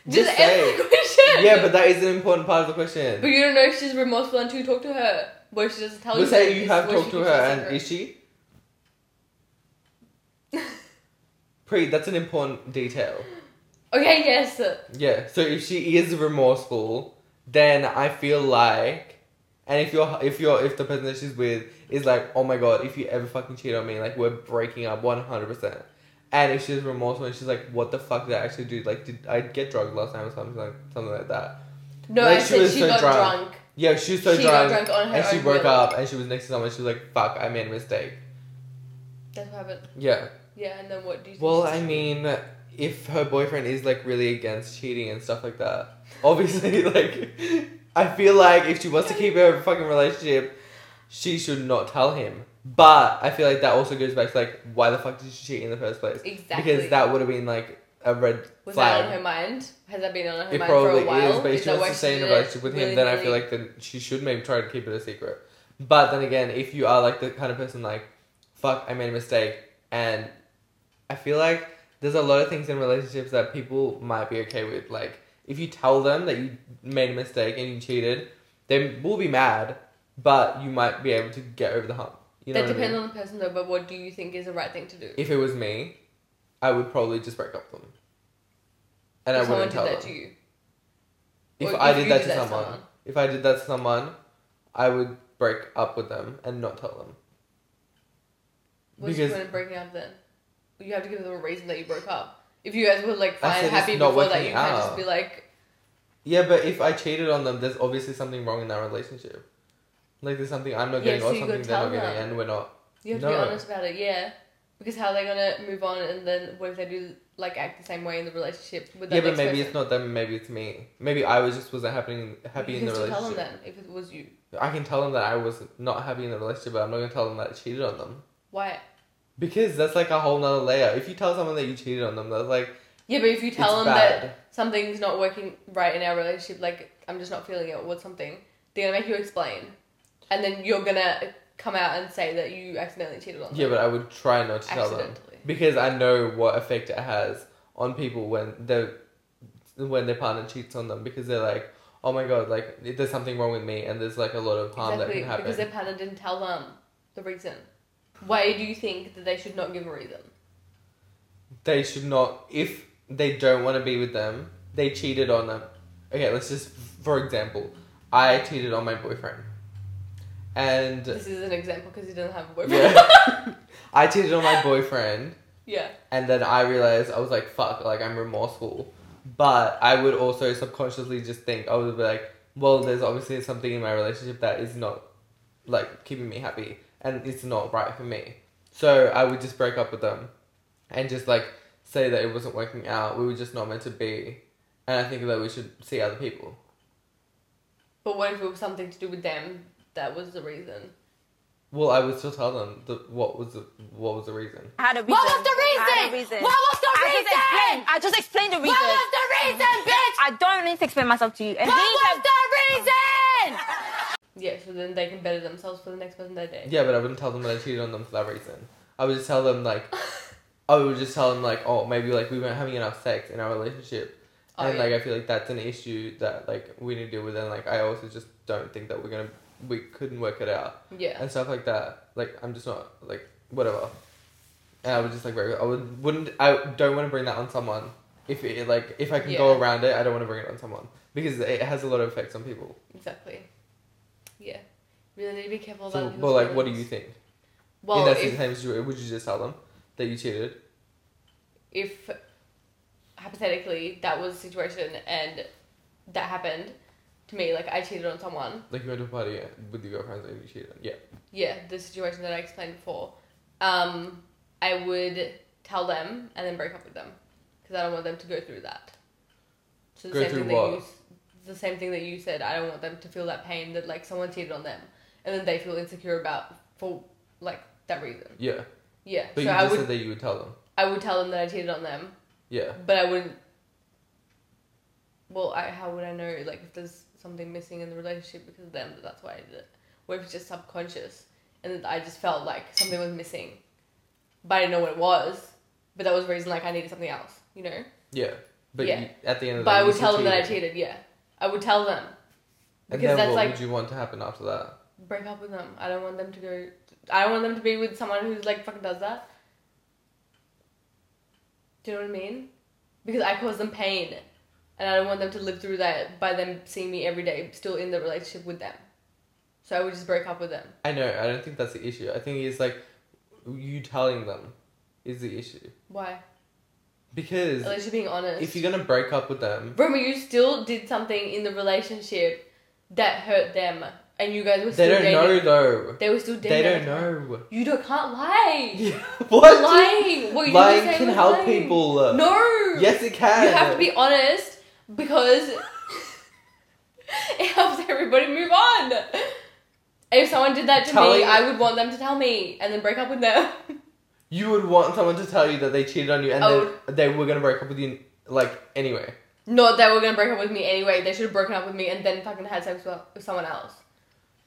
Speaker 2: Just answer the question.
Speaker 1: yeah, but that is an important part of the question.
Speaker 2: but you don't know if she's remorseful until you talk to her. What if she doesn't tell
Speaker 1: Let's
Speaker 2: you?
Speaker 1: say you
Speaker 2: this-
Speaker 1: have
Speaker 2: what if
Speaker 1: talked
Speaker 2: she
Speaker 1: to her,
Speaker 2: keeps it
Speaker 1: and
Speaker 2: secret?
Speaker 1: is she? Pre, that's an important detail.
Speaker 2: okay, yes.
Speaker 1: Yeah. So if she is remorseful, then I feel like, and if you're if you're if the person that she's with is like, oh my god, if you ever fucking cheat on me, like we're breaking up one hundred percent. And if she's remorseful and she's like, what the fuck did I actually do? Like, did I get drugged last time or something like something like that?
Speaker 2: No,
Speaker 1: Like,
Speaker 2: I
Speaker 1: she
Speaker 2: said
Speaker 1: was
Speaker 2: she
Speaker 1: so
Speaker 2: got
Speaker 1: drunk.
Speaker 2: drunk.
Speaker 1: Yeah, she was so
Speaker 2: she
Speaker 1: drunk,
Speaker 2: got drunk on her
Speaker 1: and she
Speaker 2: own
Speaker 1: broke
Speaker 2: will.
Speaker 1: up and she was next to someone. She was like, fuck, I made a mistake.
Speaker 2: That's what happened.
Speaker 1: Yeah.
Speaker 2: Yeah, and then what do you? think
Speaker 1: Well,
Speaker 2: she
Speaker 1: I
Speaker 2: should do?
Speaker 1: mean, if her boyfriend is like really against cheating and stuff like that, obviously, like, I feel like if she wants to keep her fucking relationship, she should not tell him. But I feel like that also goes back to like, why the fuck did she cheat in the first place?
Speaker 2: exactly
Speaker 1: Because that would have been like a red
Speaker 2: was
Speaker 1: flag.
Speaker 2: that on her mind? Has that been on her
Speaker 1: it
Speaker 2: mind
Speaker 1: probably
Speaker 2: for a while?
Speaker 1: is, but if she
Speaker 2: that
Speaker 1: wants
Speaker 2: why
Speaker 1: to stay in a
Speaker 2: did it
Speaker 1: relationship with
Speaker 2: really,
Speaker 1: him, then I
Speaker 2: really-
Speaker 1: feel like then she should maybe try to keep it a secret. But then again, if you are like the kind of person like, fuck, I made a mistake, and I feel like there's a lot of things in relationships that people might be okay with. Like if you tell them that you made a mistake and you cheated, they will be mad, but you might be able to get over the hump. You know
Speaker 2: that
Speaker 1: what I
Speaker 2: depends
Speaker 1: mean?
Speaker 2: on the person though, but what do you think is the right thing to do?
Speaker 1: If it was me, I would probably just break up with them. And
Speaker 2: If
Speaker 1: I wouldn't
Speaker 2: someone
Speaker 1: tell
Speaker 2: did that
Speaker 1: them.
Speaker 2: to you.
Speaker 1: if
Speaker 2: Or
Speaker 1: I
Speaker 2: if
Speaker 1: did
Speaker 2: you
Speaker 1: that
Speaker 2: did
Speaker 1: to
Speaker 2: that to
Speaker 1: someone,
Speaker 2: someone.
Speaker 1: if I did that to someone, I would break up with them and not tell them.
Speaker 2: What's the
Speaker 1: because
Speaker 2: point of breaking up then? You have to give them a reason that you broke up. If you guys were like
Speaker 1: I
Speaker 2: fine
Speaker 1: said it's
Speaker 2: and happy
Speaker 1: not
Speaker 2: before that,
Speaker 1: working
Speaker 2: you can't
Speaker 1: out.
Speaker 2: just be like,
Speaker 1: yeah, but if I cheated on them, there's obviously something wrong in that relationship. Like there's something I'm not
Speaker 2: Yeah,
Speaker 1: getting
Speaker 2: so
Speaker 1: or
Speaker 2: you
Speaker 1: something
Speaker 2: gotta
Speaker 1: they're not
Speaker 2: tell
Speaker 1: getting,
Speaker 2: them.
Speaker 1: and we're not.
Speaker 2: you have to
Speaker 1: No.
Speaker 2: be honest about it, yeah. Because how are they gonna move on and then what if they do like act the same way in the relationship with that
Speaker 1: yeah, but
Speaker 2: next
Speaker 1: maybe
Speaker 2: person?
Speaker 1: it's not them. Maybe it's me. Maybe I was just wasn't happening happy
Speaker 2: you
Speaker 1: in
Speaker 2: can
Speaker 1: the
Speaker 2: still tell them
Speaker 1: relationship.
Speaker 2: then if it was you.
Speaker 1: I can tell them that I was not happy in the relationship, but I'm not gonna tell them that I cheated on them
Speaker 2: Why?
Speaker 1: because that's like a whole nother layer. If you tell someone that you cheated on them, that's like
Speaker 2: Yeah, but if you tell
Speaker 1: it's
Speaker 2: them
Speaker 1: bad.
Speaker 2: that something's not working right in our relationship, like I'm just not feeling it, or something, they're gonna make you explain, and then you're gonna come out and say that you accidentally cheated on them.
Speaker 1: Yeah, but I would try not to tell them
Speaker 2: Accidentally.
Speaker 1: because I know what effect it has on people when they when their partner cheats on them because they're like, oh my god, like there's something wrong with me and there's like a lot of harm
Speaker 2: exactly
Speaker 1: that can
Speaker 2: because their
Speaker 1: happen.
Speaker 2: partner didn't tell them the reason. Why do you think that they should not give a reason?
Speaker 1: They should not if they don't want to be with them. They cheated on them. Okay, let's just for example, I cheated on my boyfriend, and
Speaker 2: This is an example because he doesn't have a boyfriend.
Speaker 1: yeah, I cheated on my boyfriend.
Speaker 2: Yeah.
Speaker 1: And then I realized I was like, fuck, like I'm remorseful. But I would also subconsciously just think, I would be like, well, there's obviously something in my relationship that is not like keeping me happy and it's not right for me. So I would just break up with them and just like say that it wasn't working out. We were just not meant to be. And I think that we should see other people.
Speaker 2: But what if it was something to do with them? That was the reason.
Speaker 1: Well, I would still tell them the, what was the, what was the reason.
Speaker 3: I had a reason.
Speaker 4: What was the
Speaker 3: I had a
Speaker 4: reason?
Speaker 3: reason.
Speaker 4: What was the
Speaker 3: I just explained.
Speaker 4: reason?
Speaker 3: I just explained the reason.
Speaker 4: What was the reason, bitch?
Speaker 3: I don't need to explain myself to you. And
Speaker 4: What
Speaker 3: he
Speaker 4: was
Speaker 3: kept-
Speaker 4: the reason?
Speaker 2: Yeah, so then they can better themselves for the next person they date.
Speaker 1: Yeah, but I wouldn't tell them that I cheated on them for that reason. I would just tell them like, I would just tell them like, oh, maybe like we weren't having enough sex in our relationship,
Speaker 2: Oh,
Speaker 1: and
Speaker 2: yeah.
Speaker 1: like I feel like that's an issue that like we need to deal with, and like I also just don't think that we're gonna we couldn't work it out
Speaker 2: Yeah.
Speaker 1: and stuff like that. Like I'm just not like whatever, and I would just like break- I would wouldn't I don't want to bring that on someone if it like if I can go
Speaker 2: Yeah.
Speaker 1: around it I don't want to bring it on someone because it has a lot of effects on people.
Speaker 2: Exactly. Yeah. Really need to be careful about
Speaker 1: So,
Speaker 2: people's
Speaker 1: but like, what do
Speaker 2: feelings.
Speaker 1: you think?
Speaker 2: Well,
Speaker 1: in that
Speaker 2: if,
Speaker 1: same situation, would you just tell them that you cheated?
Speaker 2: if hypothetically that was a situation and that happened to me, like I cheated on someone,
Speaker 1: Like you went to a party with your girlfriends and you cheated? Yeah.
Speaker 2: yeah, the situation that I explained before, um, I would tell them and then break up with them because I don't want them to go through that. So the
Speaker 1: Go
Speaker 2: same
Speaker 1: through
Speaker 2: thing that
Speaker 1: what?
Speaker 2: you, s- the same thing that you said. I don't want them to feel that pain that like someone cheated on them, and then they feel insecure about for like that reason.
Speaker 1: Yeah.
Speaker 2: Yeah.
Speaker 1: But you
Speaker 2: so I
Speaker 1: just
Speaker 2: would
Speaker 1: said that you would tell them.
Speaker 2: I would tell them that I cheated on them,
Speaker 1: Yeah.
Speaker 2: but I wouldn't. Well, I how would I know like if there's something missing in the relationship because of them that that's why I did it, or if it's just subconscious and that I just felt like something was missing, but I didn't know what it was, but that was the reason like I needed something else, you know.
Speaker 1: Yeah. But
Speaker 2: Yeah.
Speaker 1: You, at the end of the
Speaker 2: But
Speaker 1: day, Mm,
Speaker 2: I
Speaker 1: you
Speaker 2: would
Speaker 1: still
Speaker 2: tell them that I cheated. Yeah, I would tell them
Speaker 1: And then
Speaker 2: because that's
Speaker 1: what
Speaker 2: like
Speaker 1: would you want to happen after that?
Speaker 2: break up with them. I don't want them to go. I don't want them to be with someone who's like fucking does that. Do you know what I mean? Because I cause them pain, and I don't want them to live through that by them seeing me every day, still in the relationship with them. So I would just break up with them.
Speaker 1: I know. I don't think that's the issue. I think it's like you telling them is the issue
Speaker 2: Why?
Speaker 1: because
Speaker 2: At least you're being honest.
Speaker 1: if you're gonna break up with them,
Speaker 2: Roma, you still did something in the relationship that hurt them, and you guys were
Speaker 1: they
Speaker 2: still
Speaker 1: don't
Speaker 2: dating.
Speaker 1: know though.
Speaker 2: They were still dating.
Speaker 1: They
Speaker 2: at
Speaker 1: don't
Speaker 2: the time.
Speaker 1: know.
Speaker 2: You don't can't lie.
Speaker 1: what?
Speaker 2: Lying. What you
Speaker 1: Lying
Speaker 2: just said
Speaker 1: can
Speaker 2: was
Speaker 1: help
Speaker 2: lying.
Speaker 1: people.
Speaker 2: No.
Speaker 1: Yes, it can.
Speaker 2: You have to be honest because it helps everybody move on. If someone did that to
Speaker 1: Telling-
Speaker 2: me, I would want them to tell me and then break up with them.
Speaker 1: You would want someone to tell you that they cheated on you and
Speaker 2: I
Speaker 1: they-
Speaker 2: would-
Speaker 1: they were gonna break up with you like anyway.
Speaker 2: Not that we're gonna break up with me anyway. They should have broken up with me and then fucking had sex with, with someone else.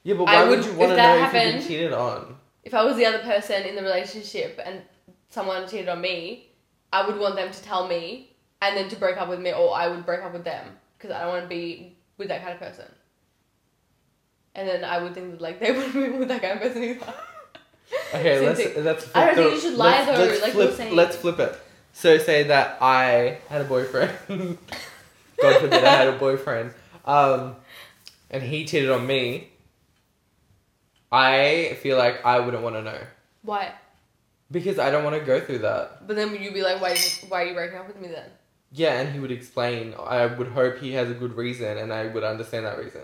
Speaker 1: Yeah, but
Speaker 2: I
Speaker 1: why would,
Speaker 2: would-
Speaker 1: you
Speaker 2: if
Speaker 1: want to know
Speaker 2: that
Speaker 1: if you've been
Speaker 2: happened-
Speaker 1: cheated on?
Speaker 2: If I was the other person in the relationship and someone cheated on me, I would want them to tell me and then to break up with me, or I would break up with them because I don't want to be with that kind of person. And then I would think that like they wouldn't be with that kind of person either.
Speaker 1: Okay,
Speaker 2: Same
Speaker 1: let's uh,
Speaker 2: thing.
Speaker 1: let's.
Speaker 2: I don't
Speaker 1: flip
Speaker 2: think
Speaker 1: the-
Speaker 2: you should lie,
Speaker 1: let's-
Speaker 2: though,
Speaker 1: Let's
Speaker 2: like you were
Speaker 1: flip,
Speaker 2: saying.
Speaker 1: let's flip it. So say that I had a boyfriend. God forbid I had a boyfriend. Um, and he cheated on me. I feel like I wouldn't want to know
Speaker 2: Why?
Speaker 1: because I don't want to go through that.
Speaker 2: But then you'd be like, why? Why are you breaking up with me then?
Speaker 1: Yeah, and he would explain. I would hope he has a good reason, and I would understand that reason.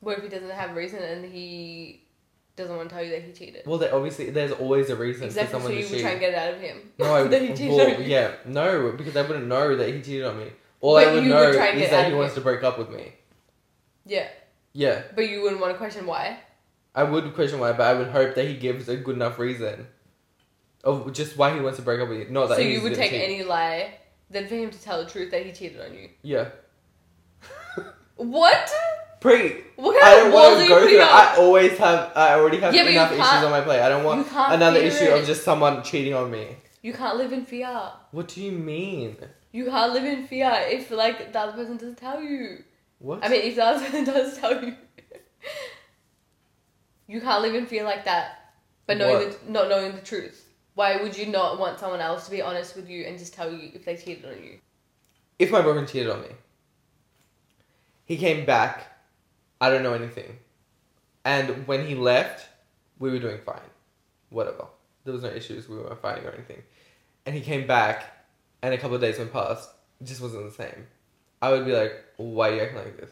Speaker 2: What if he doesn't have a reason and he doesn't want to tell you that he cheated?
Speaker 1: Well, there obviously there's always a reason for
Speaker 2: exactly. So
Speaker 1: someone
Speaker 2: you
Speaker 1: to
Speaker 2: would
Speaker 1: cheat.
Speaker 2: try and get it out of him.
Speaker 1: no, I
Speaker 2: that he cheated
Speaker 1: well,
Speaker 2: on you.
Speaker 1: yeah, no, because I wouldn't know that he cheated on me. All I
Speaker 2: But
Speaker 1: would
Speaker 2: you
Speaker 1: know
Speaker 2: would try and
Speaker 1: is
Speaker 2: get out
Speaker 1: that he
Speaker 2: of
Speaker 1: wants
Speaker 2: it.
Speaker 1: to break up with me.
Speaker 2: Yeah,
Speaker 1: Yeah,
Speaker 2: but you wouldn't want to question why.
Speaker 1: I would question why, but I would hope that he gives a good enough reason of just why he wants to break up with you. Not Oh, that
Speaker 2: so
Speaker 1: he's
Speaker 2: you would
Speaker 1: gonna
Speaker 2: take
Speaker 1: cheat.
Speaker 2: any lie than for him to tell the truth that he cheated on you.
Speaker 1: Yeah,
Speaker 2: What?
Speaker 1: pretty.
Speaker 2: What
Speaker 1: I
Speaker 2: kind
Speaker 1: don't
Speaker 2: of walls
Speaker 1: want
Speaker 2: are
Speaker 1: to
Speaker 2: you
Speaker 1: go through.
Speaker 2: putting
Speaker 1: it. I
Speaker 2: up?
Speaker 1: always have. I already have
Speaker 2: Yeah, but you
Speaker 1: enough issues
Speaker 2: can't-
Speaker 1: on my plate. I don't
Speaker 2: you
Speaker 1: want
Speaker 2: can't
Speaker 1: another
Speaker 2: fear
Speaker 1: issue of
Speaker 2: it.
Speaker 1: just someone cheating on me.
Speaker 2: You can't live in fear.
Speaker 1: What do you mean?
Speaker 2: You can't live in fear if like the other person doesn't tell you.
Speaker 1: What?
Speaker 2: I mean, if the other person does tell you, you can't live in fear like that. But knowing
Speaker 1: What?
Speaker 2: the, not knowing the truth, why would you not want someone else to be honest with you and just tell you if they cheated on you?
Speaker 1: if my boyfriend cheated on me, he came back. I don't know anything. And when he left, we were doing fine. Whatever. There was no issues. We weren't fighting or anything. And he came back, and a couple of days went past. It just wasn't the same. I would be like, why are you acting like this?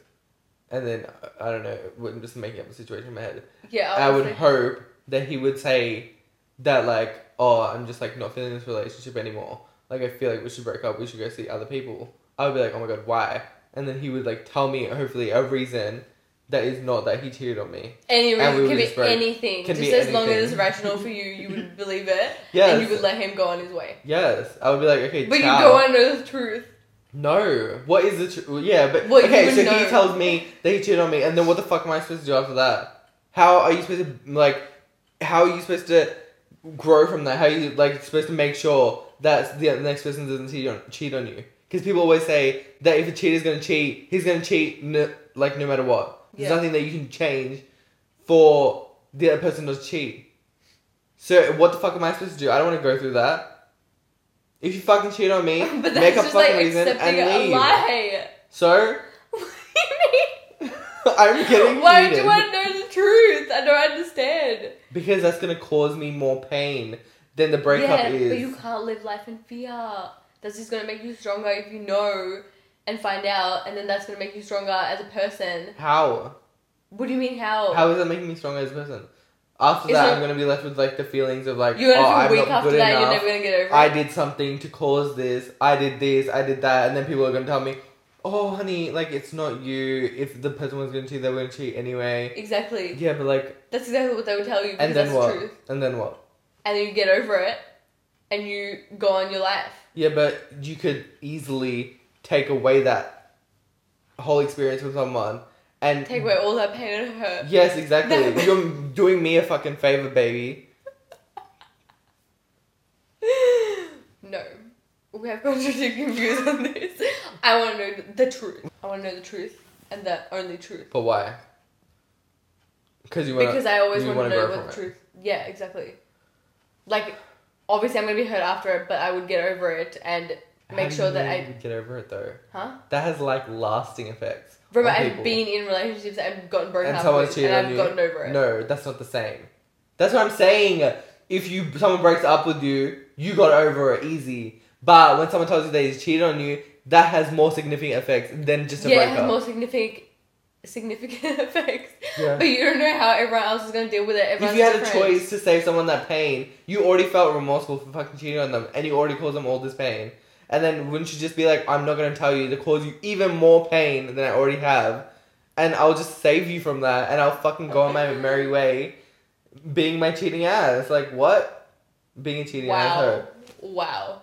Speaker 1: And then, I- I don't know, I'm just making up a situation in my head.
Speaker 2: Yeah,
Speaker 1: I would
Speaker 2: say-
Speaker 1: hope that he would say that like, oh, I'm just like not feeling this relationship anymore. Like I feel like we should break up. We should go see other people. I would be like, oh my god, why? And then he would like tell me hopefully a reason that is not that he cheated on me.
Speaker 2: Any
Speaker 1: and we
Speaker 2: reason
Speaker 1: would
Speaker 2: can be
Speaker 1: just break.
Speaker 2: anything.
Speaker 1: Can
Speaker 2: just
Speaker 1: be
Speaker 2: as long as
Speaker 1: anything.
Speaker 2: it's rational for you, you would believe it, and you
Speaker 1: Yes.
Speaker 2: would let him go on his way.
Speaker 1: Yes, I would be like, okay,
Speaker 2: But you
Speaker 1: ciao.
Speaker 2: don't want to know the truth.
Speaker 1: No, what is the truth? Yeah, but
Speaker 2: Well, you
Speaker 1: okay,
Speaker 2: would
Speaker 1: so he
Speaker 2: know.
Speaker 1: tells me that he cheated on me, and then what the fuck am I supposed to do after that? How are you supposed to like? How are you supposed to grow from that? How are you like supposed to make sure that the next person doesn't cheat on cheat on you? Because people always say that if a cheater's gonna cheat, he's gonna cheat no, like no matter what. There's
Speaker 2: Yeah.
Speaker 1: nothing that you can change for the other person to cheat. So what the fuck am I supposed to do? I don't want to go through that. If you fucking cheat on me,
Speaker 2: But that's
Speaker 1: make up
Speaker 2: just
Speaker 1: fucking
Speaker 2: like
Speaker 1: reason and
Speaker 2: accepting
Speaker 1: leave.
Speaker 2: a lie.
Speaker 1: So
Speaker 2: What do you mean?
Speaker 1: I'm getting
Speaker 2: Why would
Speaker 1: heated
Speaker 2: you want to know the truth? I don't understand.
Speaker 1: because that's gonna cause me more pain than the breakup
Speaker 2: yeah,
Speaker 1: is.
Speaker 2: but you can't live life in fear. That's just gonna make you stronger if you know and find out, and then that's gonna make you stronger as a person.
Speaker 1: How?
Speaker 2: What do you mean how?
Speaker 1: How is that making me stronger as a person? After
Speaker 2: It's
Speaker 1: that,
Speaker 2: not-
Speaker 1: I'm gonna be left with like the feelings of like,
Speaker 2: you're
Speaker 1: oh,
Speaker 2: gonna
Speaker 1: I'm
Speaker 2: feel weak
Speaker 1: not
Speaker 2: after
Speaker 1: good
Speaker 2: that. You're
Speaker 1: enough.
Speaker 2: never gonna get over
Speaker 1: I
Speaker 2: it.
Speaker 1: did something to cause this. I did this. I did that, and then people are gonna tell me, "Oh, honey, like it's not you. If the person was gonna cheat, they were gonna cheat anyway."
Speaker 2: Exactly.
Speaker 1: Yeah, but like,
Speaker 2: That's exactly what they would tell you because
Speaker 1: and then
Speaker 2: that's
Speaker 1: what?
Speaker 2: the truth.
Speaker 1: And then what?
Speaker 2: And then you get over it, and you go on your life.
Speaker 1: Yeah, but you could easily take away that whole experience with someone and
Speaker 2: Take away all that pain and hurt.
Speaker 1: Yes, exactly.
Speaker 2: That-
Speaker 1: You're doing me a fucking favor, baby.
Speaker 2: no. We have contradicting views on this. I want to know the truth. I want to know the truth and the only truth.
Speaker 1: But why? Because you want
Speaker 2: Because I always
Speaker 1: you
Speaker 2: want
Speaker 1: wanna
Speaker 2: to know
Speaker 1: grow
Speaker 2: what the
Speaker 1: from
Speaker 2: truth. Yeah, exactly. Like, obviously, I'm gonna be hurt after it, but I would get over it and make sure that I,
Speaker 1: get over it though.
Speaker 2: huh?
Speaker 1: That has like lasting effects.
Speaker 2: Remember,
Speaker 1: on
Speaker 2: I've
Speaker 1: people.
Speaker 2: been in relationships that I've gotten broken
Speaker 1: and
Speaker 2: up
Speaker 1: someone
Speaker 2: with,
Speaker 1: cheated
Speaker 2: and
Speaker 1: on
Speaker 2: I've
Speaker 1: you.
Speaker 2: gotten over it.
Speaker 1: No, that's not the same. That's what I'm saying. If you someone breaks up with you, you got over it easy. But when someone tells you that he's cheated on you, that has more significant effects than just a
Speaker 2: yeah, it
Speaker 1: breakup.
Speaker 2: has more significant significant effects.
Speaker 1: Yeah.
Speaker 2: But you don't know how everyone else is gonna deal with it.
Speaker 1: if
Speaker 2: Everyone's
Speaker 1: you had a
Speaker 2: different.
Speaker 1: choice to save someone that pain, you already felt remorseful for fucking cheating on them, and you already caused them all this pain. And then wouldn't you just be like, I'm not gonna tell you to cause you even more pain than I already have, and I'll just save you from that, and I'll fucking go on my merry way, being my cheating ass. Like what? Being a cheating ass
Speaker 2: Wow.
Speaker 1: hurt.
Speaker 2: Wow.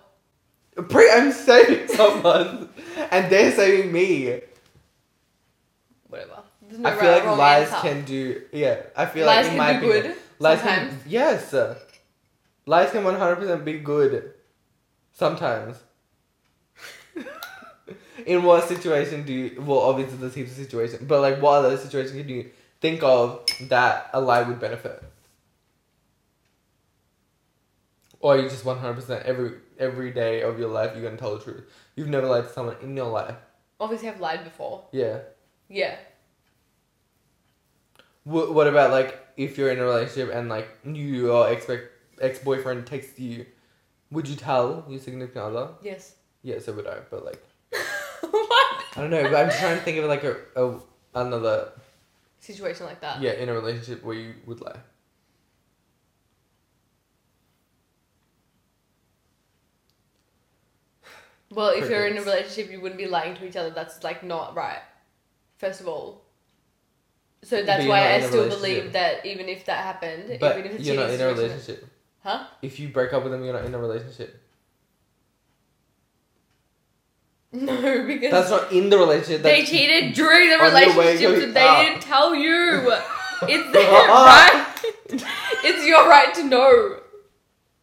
Speaker 1: Pre, I'm saving someone, and they're saving me.
Speaker 2: Whatever. There's
Speaker 1: I
Speaker 2: no
Speaker 1: feel
Speaker 2: right,
Speaker 1: like
Speaker 2: wrong
Speaker 1: lies
Speaker 2: answer.
Speaker 1: can do. Yeah, I feel
Speaker 2: Lies
Speaker 1: like in
Speaker 2: can
Speaker 1: my
Speaker 2: be
Speaker 1: opinion,
Speaker 2: good
Speaker 1: lies can
Speaker 2: sometimes.
Speaker 1: yes, lies can one hundred percent be good. Sometimes. In what situation do you? Well, obviously there's heaps of situations, but like, what other situation can you think of that a lie would benefit? Or you just one hundred percent every every day of your life you're gonna tell the truth. You've never lied to someone in your life.
Speaker 2: Obviously, I've lied before.
Speaker 1: Yeah.
Speaker 2: Yeah.
Speaker 1: What, what about like if you're in a relationship and like you or ex ex boyfriend texts you, would you tell your significant other?
Speaker 2: Yes.
Speaker 1: Yeah, so would I. But like
Speaker 2: what?
Speaker 1: I don't know. But I'm just trying to think of like a, a another
Speaker 2: Situation like that.
Speaker 1: yeah in a relationship where you would lie.
Speaker 2: Well, if you're in a
Speaker 1: Privilege.
Speaker 2: relationship, you wouldn't be lying to each other. That's like not right. First of all. So that's
Speaker 1: you're not
Speaker 2: why I
Speaker 1: in a
Speaker 2: still
Speaker 1: relationship.
Speaker 2: believe that even if that happened,
Speaker 1: But
Speaker 2: even if it's
Speaker 1: you're not in a
Speaker 2: situation-
Speaker 1: relationship.
Speaker 2: Huh?
Speaker 1: If you break up with them, you're not in a relationship.
Speaker 2: No, because
Speaker 1: That's not in the relationship.
Speaker 2: they
Speaker 1: That's,
Speaker 2: cheated during the
Speaker 1: On the way ah.
Speaker 2: relationship,
Speaker 1: going
Speaker 2: so they
Speaker 1: out.
Speaker 2: didn't tell you. it's their
Speaker 1: Ah.
Speaker 2: right. It's your right to know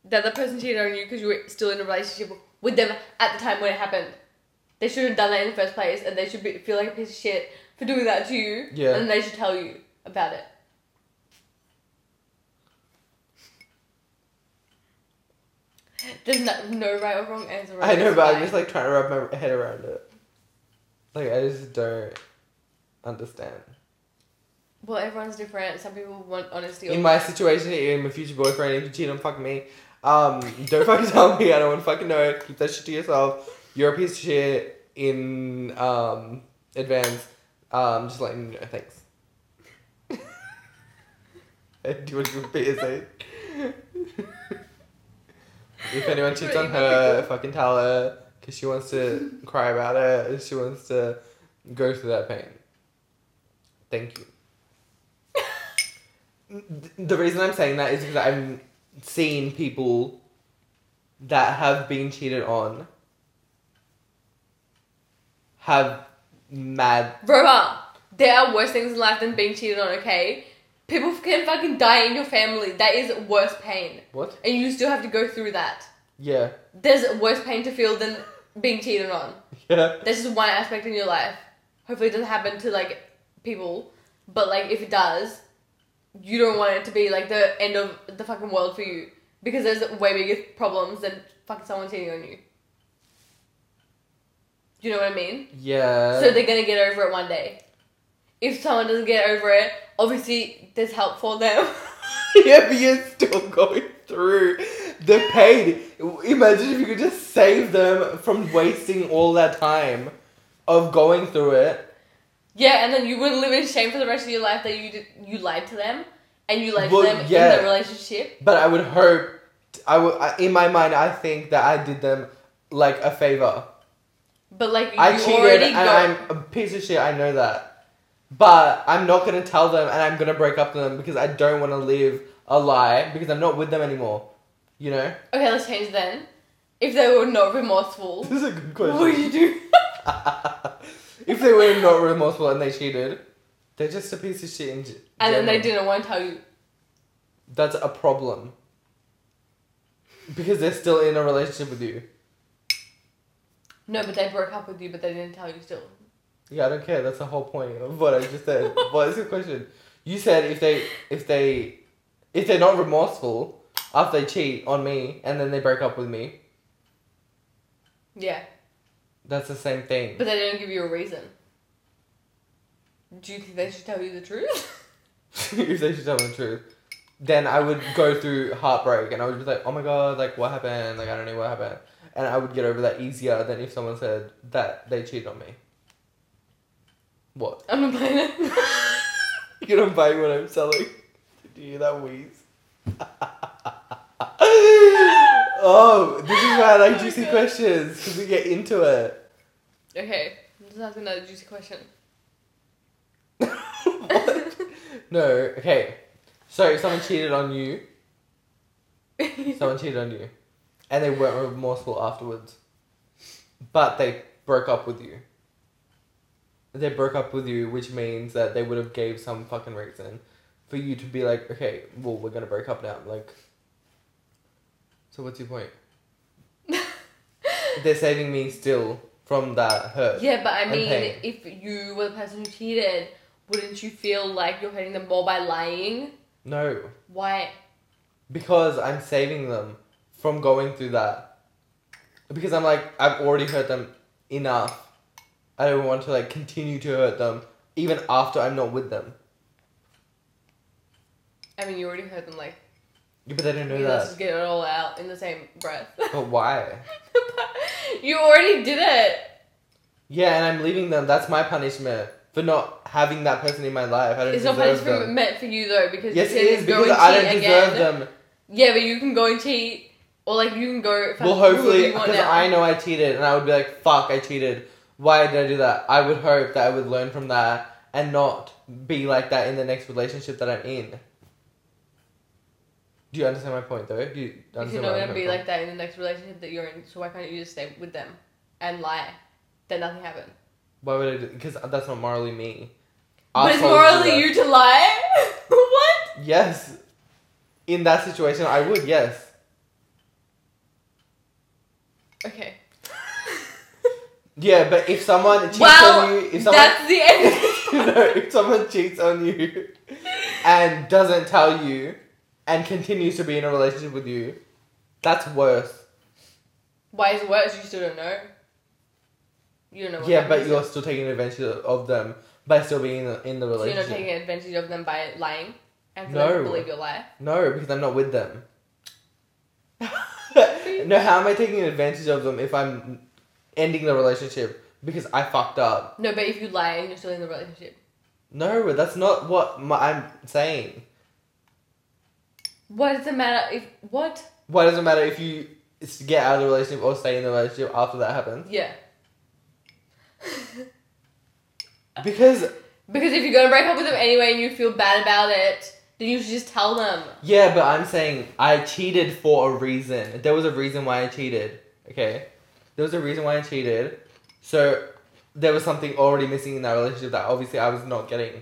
Speaker 2: that the person cheated on you because you were still in a relationship with them at the time when it happened. They should have done that in the first place, and they should be, feel like a piece of shit for doing that to you.
Speaker 1: Yeah.
Speaker 2: and they should tell you about it. There's no, no right or wrong answer. right?
Speaker 1: I know,
Speaker 2: It's
Speaker 1: but I'm
Speaker 2: fine.
Speaker 1: just like trying to wrap my head around it. Like I just don't understand.
Speaker 2: Well, everyone's different. Some people want honesty.
Speaker 1: In
Speaker 2: all
Speaker 1: my
Speaker 2: the time.
Speaker 1: situation, in my future boyfriend, if you cheat on fuck me, um, don't fucking tell me. I don't want to fucking know it. Keep that shit to yourself. You're a piece of shit. In um, advance, um, just letting you know. Thanks. Eh, Do you want to repeat it? Zaid? if anyone cheats on her, fucking tell her, cause she wants to cry about it. and She wants to go through that pain. Thank you. Th- the reason I'm saying that is because I'm seeing people that have been cheated on have mad.
Speaker 2: Roma, there are worse things in life than being cheated on, okay? People can fucking die in your family. That is worse pain.
Speaker 1: What?
Speaker 2: And you still have to go through that.
Speaker 1: Yeah.
Speaker 2: There's worse pain to feel than being cheated on.
Speaker 1: Yeah.
Speaker 2: That's just one aspect in your life. Hopefully it doesn't happen to like people. But like if it does, you don't want it to be like the end of the fucking world for you. Because there's way bigger problems than fucking someone cheating on you. You know what I mean?
Speaker 1: Yeah.
Speaker 2: So they're gonna get over it one day. If someone doesn't get over it, obviously there's help for them.
Speaker 1: yeah, but you're still going through the pain. Imagine if you could just save them from wasting all that time of going through it.
Speaker 2: yeah, and then you wouldn't live in shame for the rest of your life that you did, you lied to them and you lied
Speaker 1: Well,
Speaker 2: to them
Speaker 1: yeah.
Speaker 2: in the relationship.
Speaker 1: But I would hope, I would, I, in my mind, I think that I did them like a favor.
Speaker 2: But like you
Speaker 1: I cheated
Speaker 2: already
Speaker 1: and
Speaker 2: got
Speaker 1: I'm a piece of shit, I know that. But I'm not gonna tell them and I'm gonna break up with them because I don't wanna live a lie because I'm not with them anymore. You know?
Speaker 2: Okay, let's change then. If they were not remorseful,
Speaker 1: This is a good
Speaker 2: what would
Speaker 1: question.
Speaker 2: you do?
Speaker 1: if they were not remorseful and they cheated, they're just a piece of shit. In g-
Speaker 2: and then they
Speaker 1: general.
Speaker 2: didn't want to tell you.
Speaker 1: That's a problem. Because they're still in a relationship with you.
Speaker 2: No, but they broke up with you, but they didn't tell you still.
Speaker 1: Yeah, I don't care. That's the whole point of what I just said. what is your question? You said if they if they if they're not remorseful after they cheat on me and then they break up with me,
Speaker 2: Yeah.
Speaker 1: that's the same thing.
Speaker 2: But they didn't give you a reason. Do you think they should tell you the truth?
Speaker 1: if they should tell me the truth, then I would go through heartbreak and I would be like, oh my god, like what happened? Like I don't know what happened, and I would get over that easier than if someone said that they cheated on me. What?
Speaker 2: I'm not buying it.
Speaker 1: You don't buy what I'm selling. Do you hear that wheeze? oh, this is why I like juicy questions because we get into it.
Speaker 2: okay, I'm just asking another juicy question.
Speaker 1: what? No, okay. So if someone cheated on you, someone cheated on you, and they weren't remorseful afterwards, but they broke up with you. They broke up with you, which means that they would have gave some fucking reason for you to be like, okay, well, we're gonna break up now. Like, so what's your point? they're saving me still from that hurt.
Speaker 2: Yeah, but I
Speaker 1: And
Speaker 2: mean,
Speaker 1: pain.
Speaker 2: if you were the person who cheated, wouldn't you feel like you're hurting them more by lying?
Speaker 1: No,
Speaker 2: Why?
Speaker 1: because I'm saving them from going through that. Because I'm like, I've already hurt them enough. I don't want to like continue to hurt them even after I'm not with them.
Speaker 2: I mean, you already hurt them. Like,
Speaker 1: Yeah, But they don't know
Speaker 2: you let's
Speaker 1: that.
Speaker 2: just get it all out in the same breath.
Speaker 1: But why?
Speaker 2: you already did it.
Speaker 1: Yeah, and I'm leaving them. That's my punishment for not having that person in my life. I don't
Speaker 2: It's not
Speaker 1: deserve
Speaker 2: punishment
Speaker 1: them.
Speaker 2: meant for you though, because
Speaker 1: Yes,
Speaker 2: you
Speaker 1: it
Speaker 2: can
Speaker 1: is
Speaker 2: go
Speaker 1: because
Speaker 2: and
Speaker 1: I
Speaker 2: cheat
Speaker 1: don't
Speaker 2: again.
Speaker 1: deserve them.
Speaker 2: Yeah, but you can go and cheat, or like you can go. fuck
Speaker 1: Well,
Speaker 2: whoever
Speaker 1: hopefully,
Speaker 2: you want
Speaker 1: because
Speaker 2: now.
Speaker 1: I know I cheated, and I would be like, "Fuck, I cheated. Why did I do that?" I would hope that I would learn from that and not be like that in the next relationship that I'm in. Do you understand my point, though? Do you
Speaker 2: If you're
Speaker 1: understand
Speaker 2: not
Speaker 1: what I'm
Speaker 2: gonna be
Speaker 1: going
Speaker 2: like that in the next relationship that you're in, so why can't you just stay with them and lie? Then nothing happened.
Speaker 1: Why would I? do Because that's not morally me.
Speaker 2: But
Speaker 1: Assholes
Speaker 2: it's
Speaker 1: do
Speaker 2: morally
Speaker 1: that.
Speaker 2: you to lie? what?
Speaker 1: Yes. In that situation, I would. Yes.
Speaker 2: Okay.
Speaker 1: Yeah, but if someone cheats
Speaker 2: well,
Speaker 1: on you, if someone
Speaker 2: that's the end.
Speaker 1: no, if someone cheats on you and doesn't tell you and continues to be in a relationship with you, that's worse.
Speaker 2: Why is it worse? You still don't know. You don't know. What
Speaker 1: yeah, but
Speaker 2: happens.
Speaker 1: you're still taking advantage of them by still being in the, in the
Speaker 2: so you're not
Speaker 1: relationship.
Speaker 2: taking advantage of them by lying and for
Speaker 1: No.
Speaker 2: them to believe your lie.
Speaker 1: no, because I'm not with them. no, how am I taking advantage of them if I'm ending the relationship because I fucked up?
Speaker 2: No, but if you lie and you're still in the relationship,
Speaker 1: No, but that's not what my, I'm saying.
Speaker 2: what does it matter? If what?
Speaker 1: Why does it matter if you s- get out of the relationship or stay in the relationship after that happens?
Speaker 2: Yeah.
Speaker 1: Because
Speaker 2: Because if you're gonna break up with them anyway and you feel bad about it, then you should just tell them.
Speaker 1: Yeah, but I'm saying I cheated for a reason. There was a reason why I cheated. Okay? There was a reason why I cheated. So there was something already missing in that relationship that obviously I was not getting.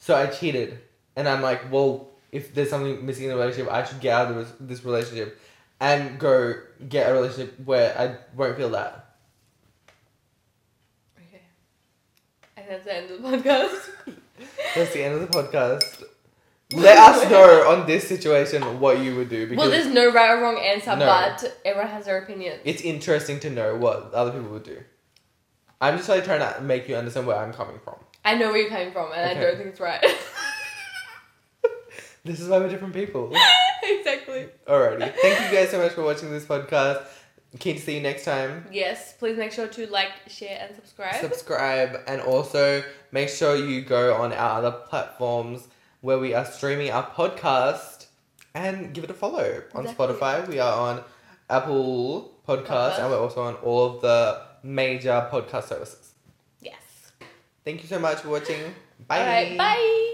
Speaker 1: So I cheated. And I'm like, well, if there's something missing in the relationship, I should get out of this- this relationship and go get a relationship where I won't feel that.
Speaker 2: Okay. I think that's the end of the podcast.
Speaker 1: That's the end of the podcast. Let us know on this situation what you would do
Speaker 2: well, there's
Speaker 1: because
Speaker 2: no right or wrong answer,
Speaker 1: No.
Speaker 2: but everyone has their opinion.
Speaker 1: it's interesting to know what other people would do. I'm just like trying to make you understand where I'm coming from.
Speaker 2: I know where you're coming from, and I
Speaker 1: Okay.
Speaker 2: don't think it's right.
Speaker 1: This is why we're different people.
Speaker 2: exactly.
Speaker 1: Alrighty. Thank you guys so much for watching this podcast. Keen to see you next time.
Speaker 2: Yes, please make sure to like, share, and subscribe.
Speaker 1: Subscribe and also make sure you go on our other platforms where we are streaming our podcast and give it a follow. On
Speaker 2: Exactly.
Speaker 1: Spotify, we are on Apple Podcasts
Speaker 2: Podcast.
Speaker 1: and we're also on all of the major podcast services.
Speaker 2: yes.
Speaker 1: Thank you so much for watching. Bye.
Speaker 2: All right. Bye.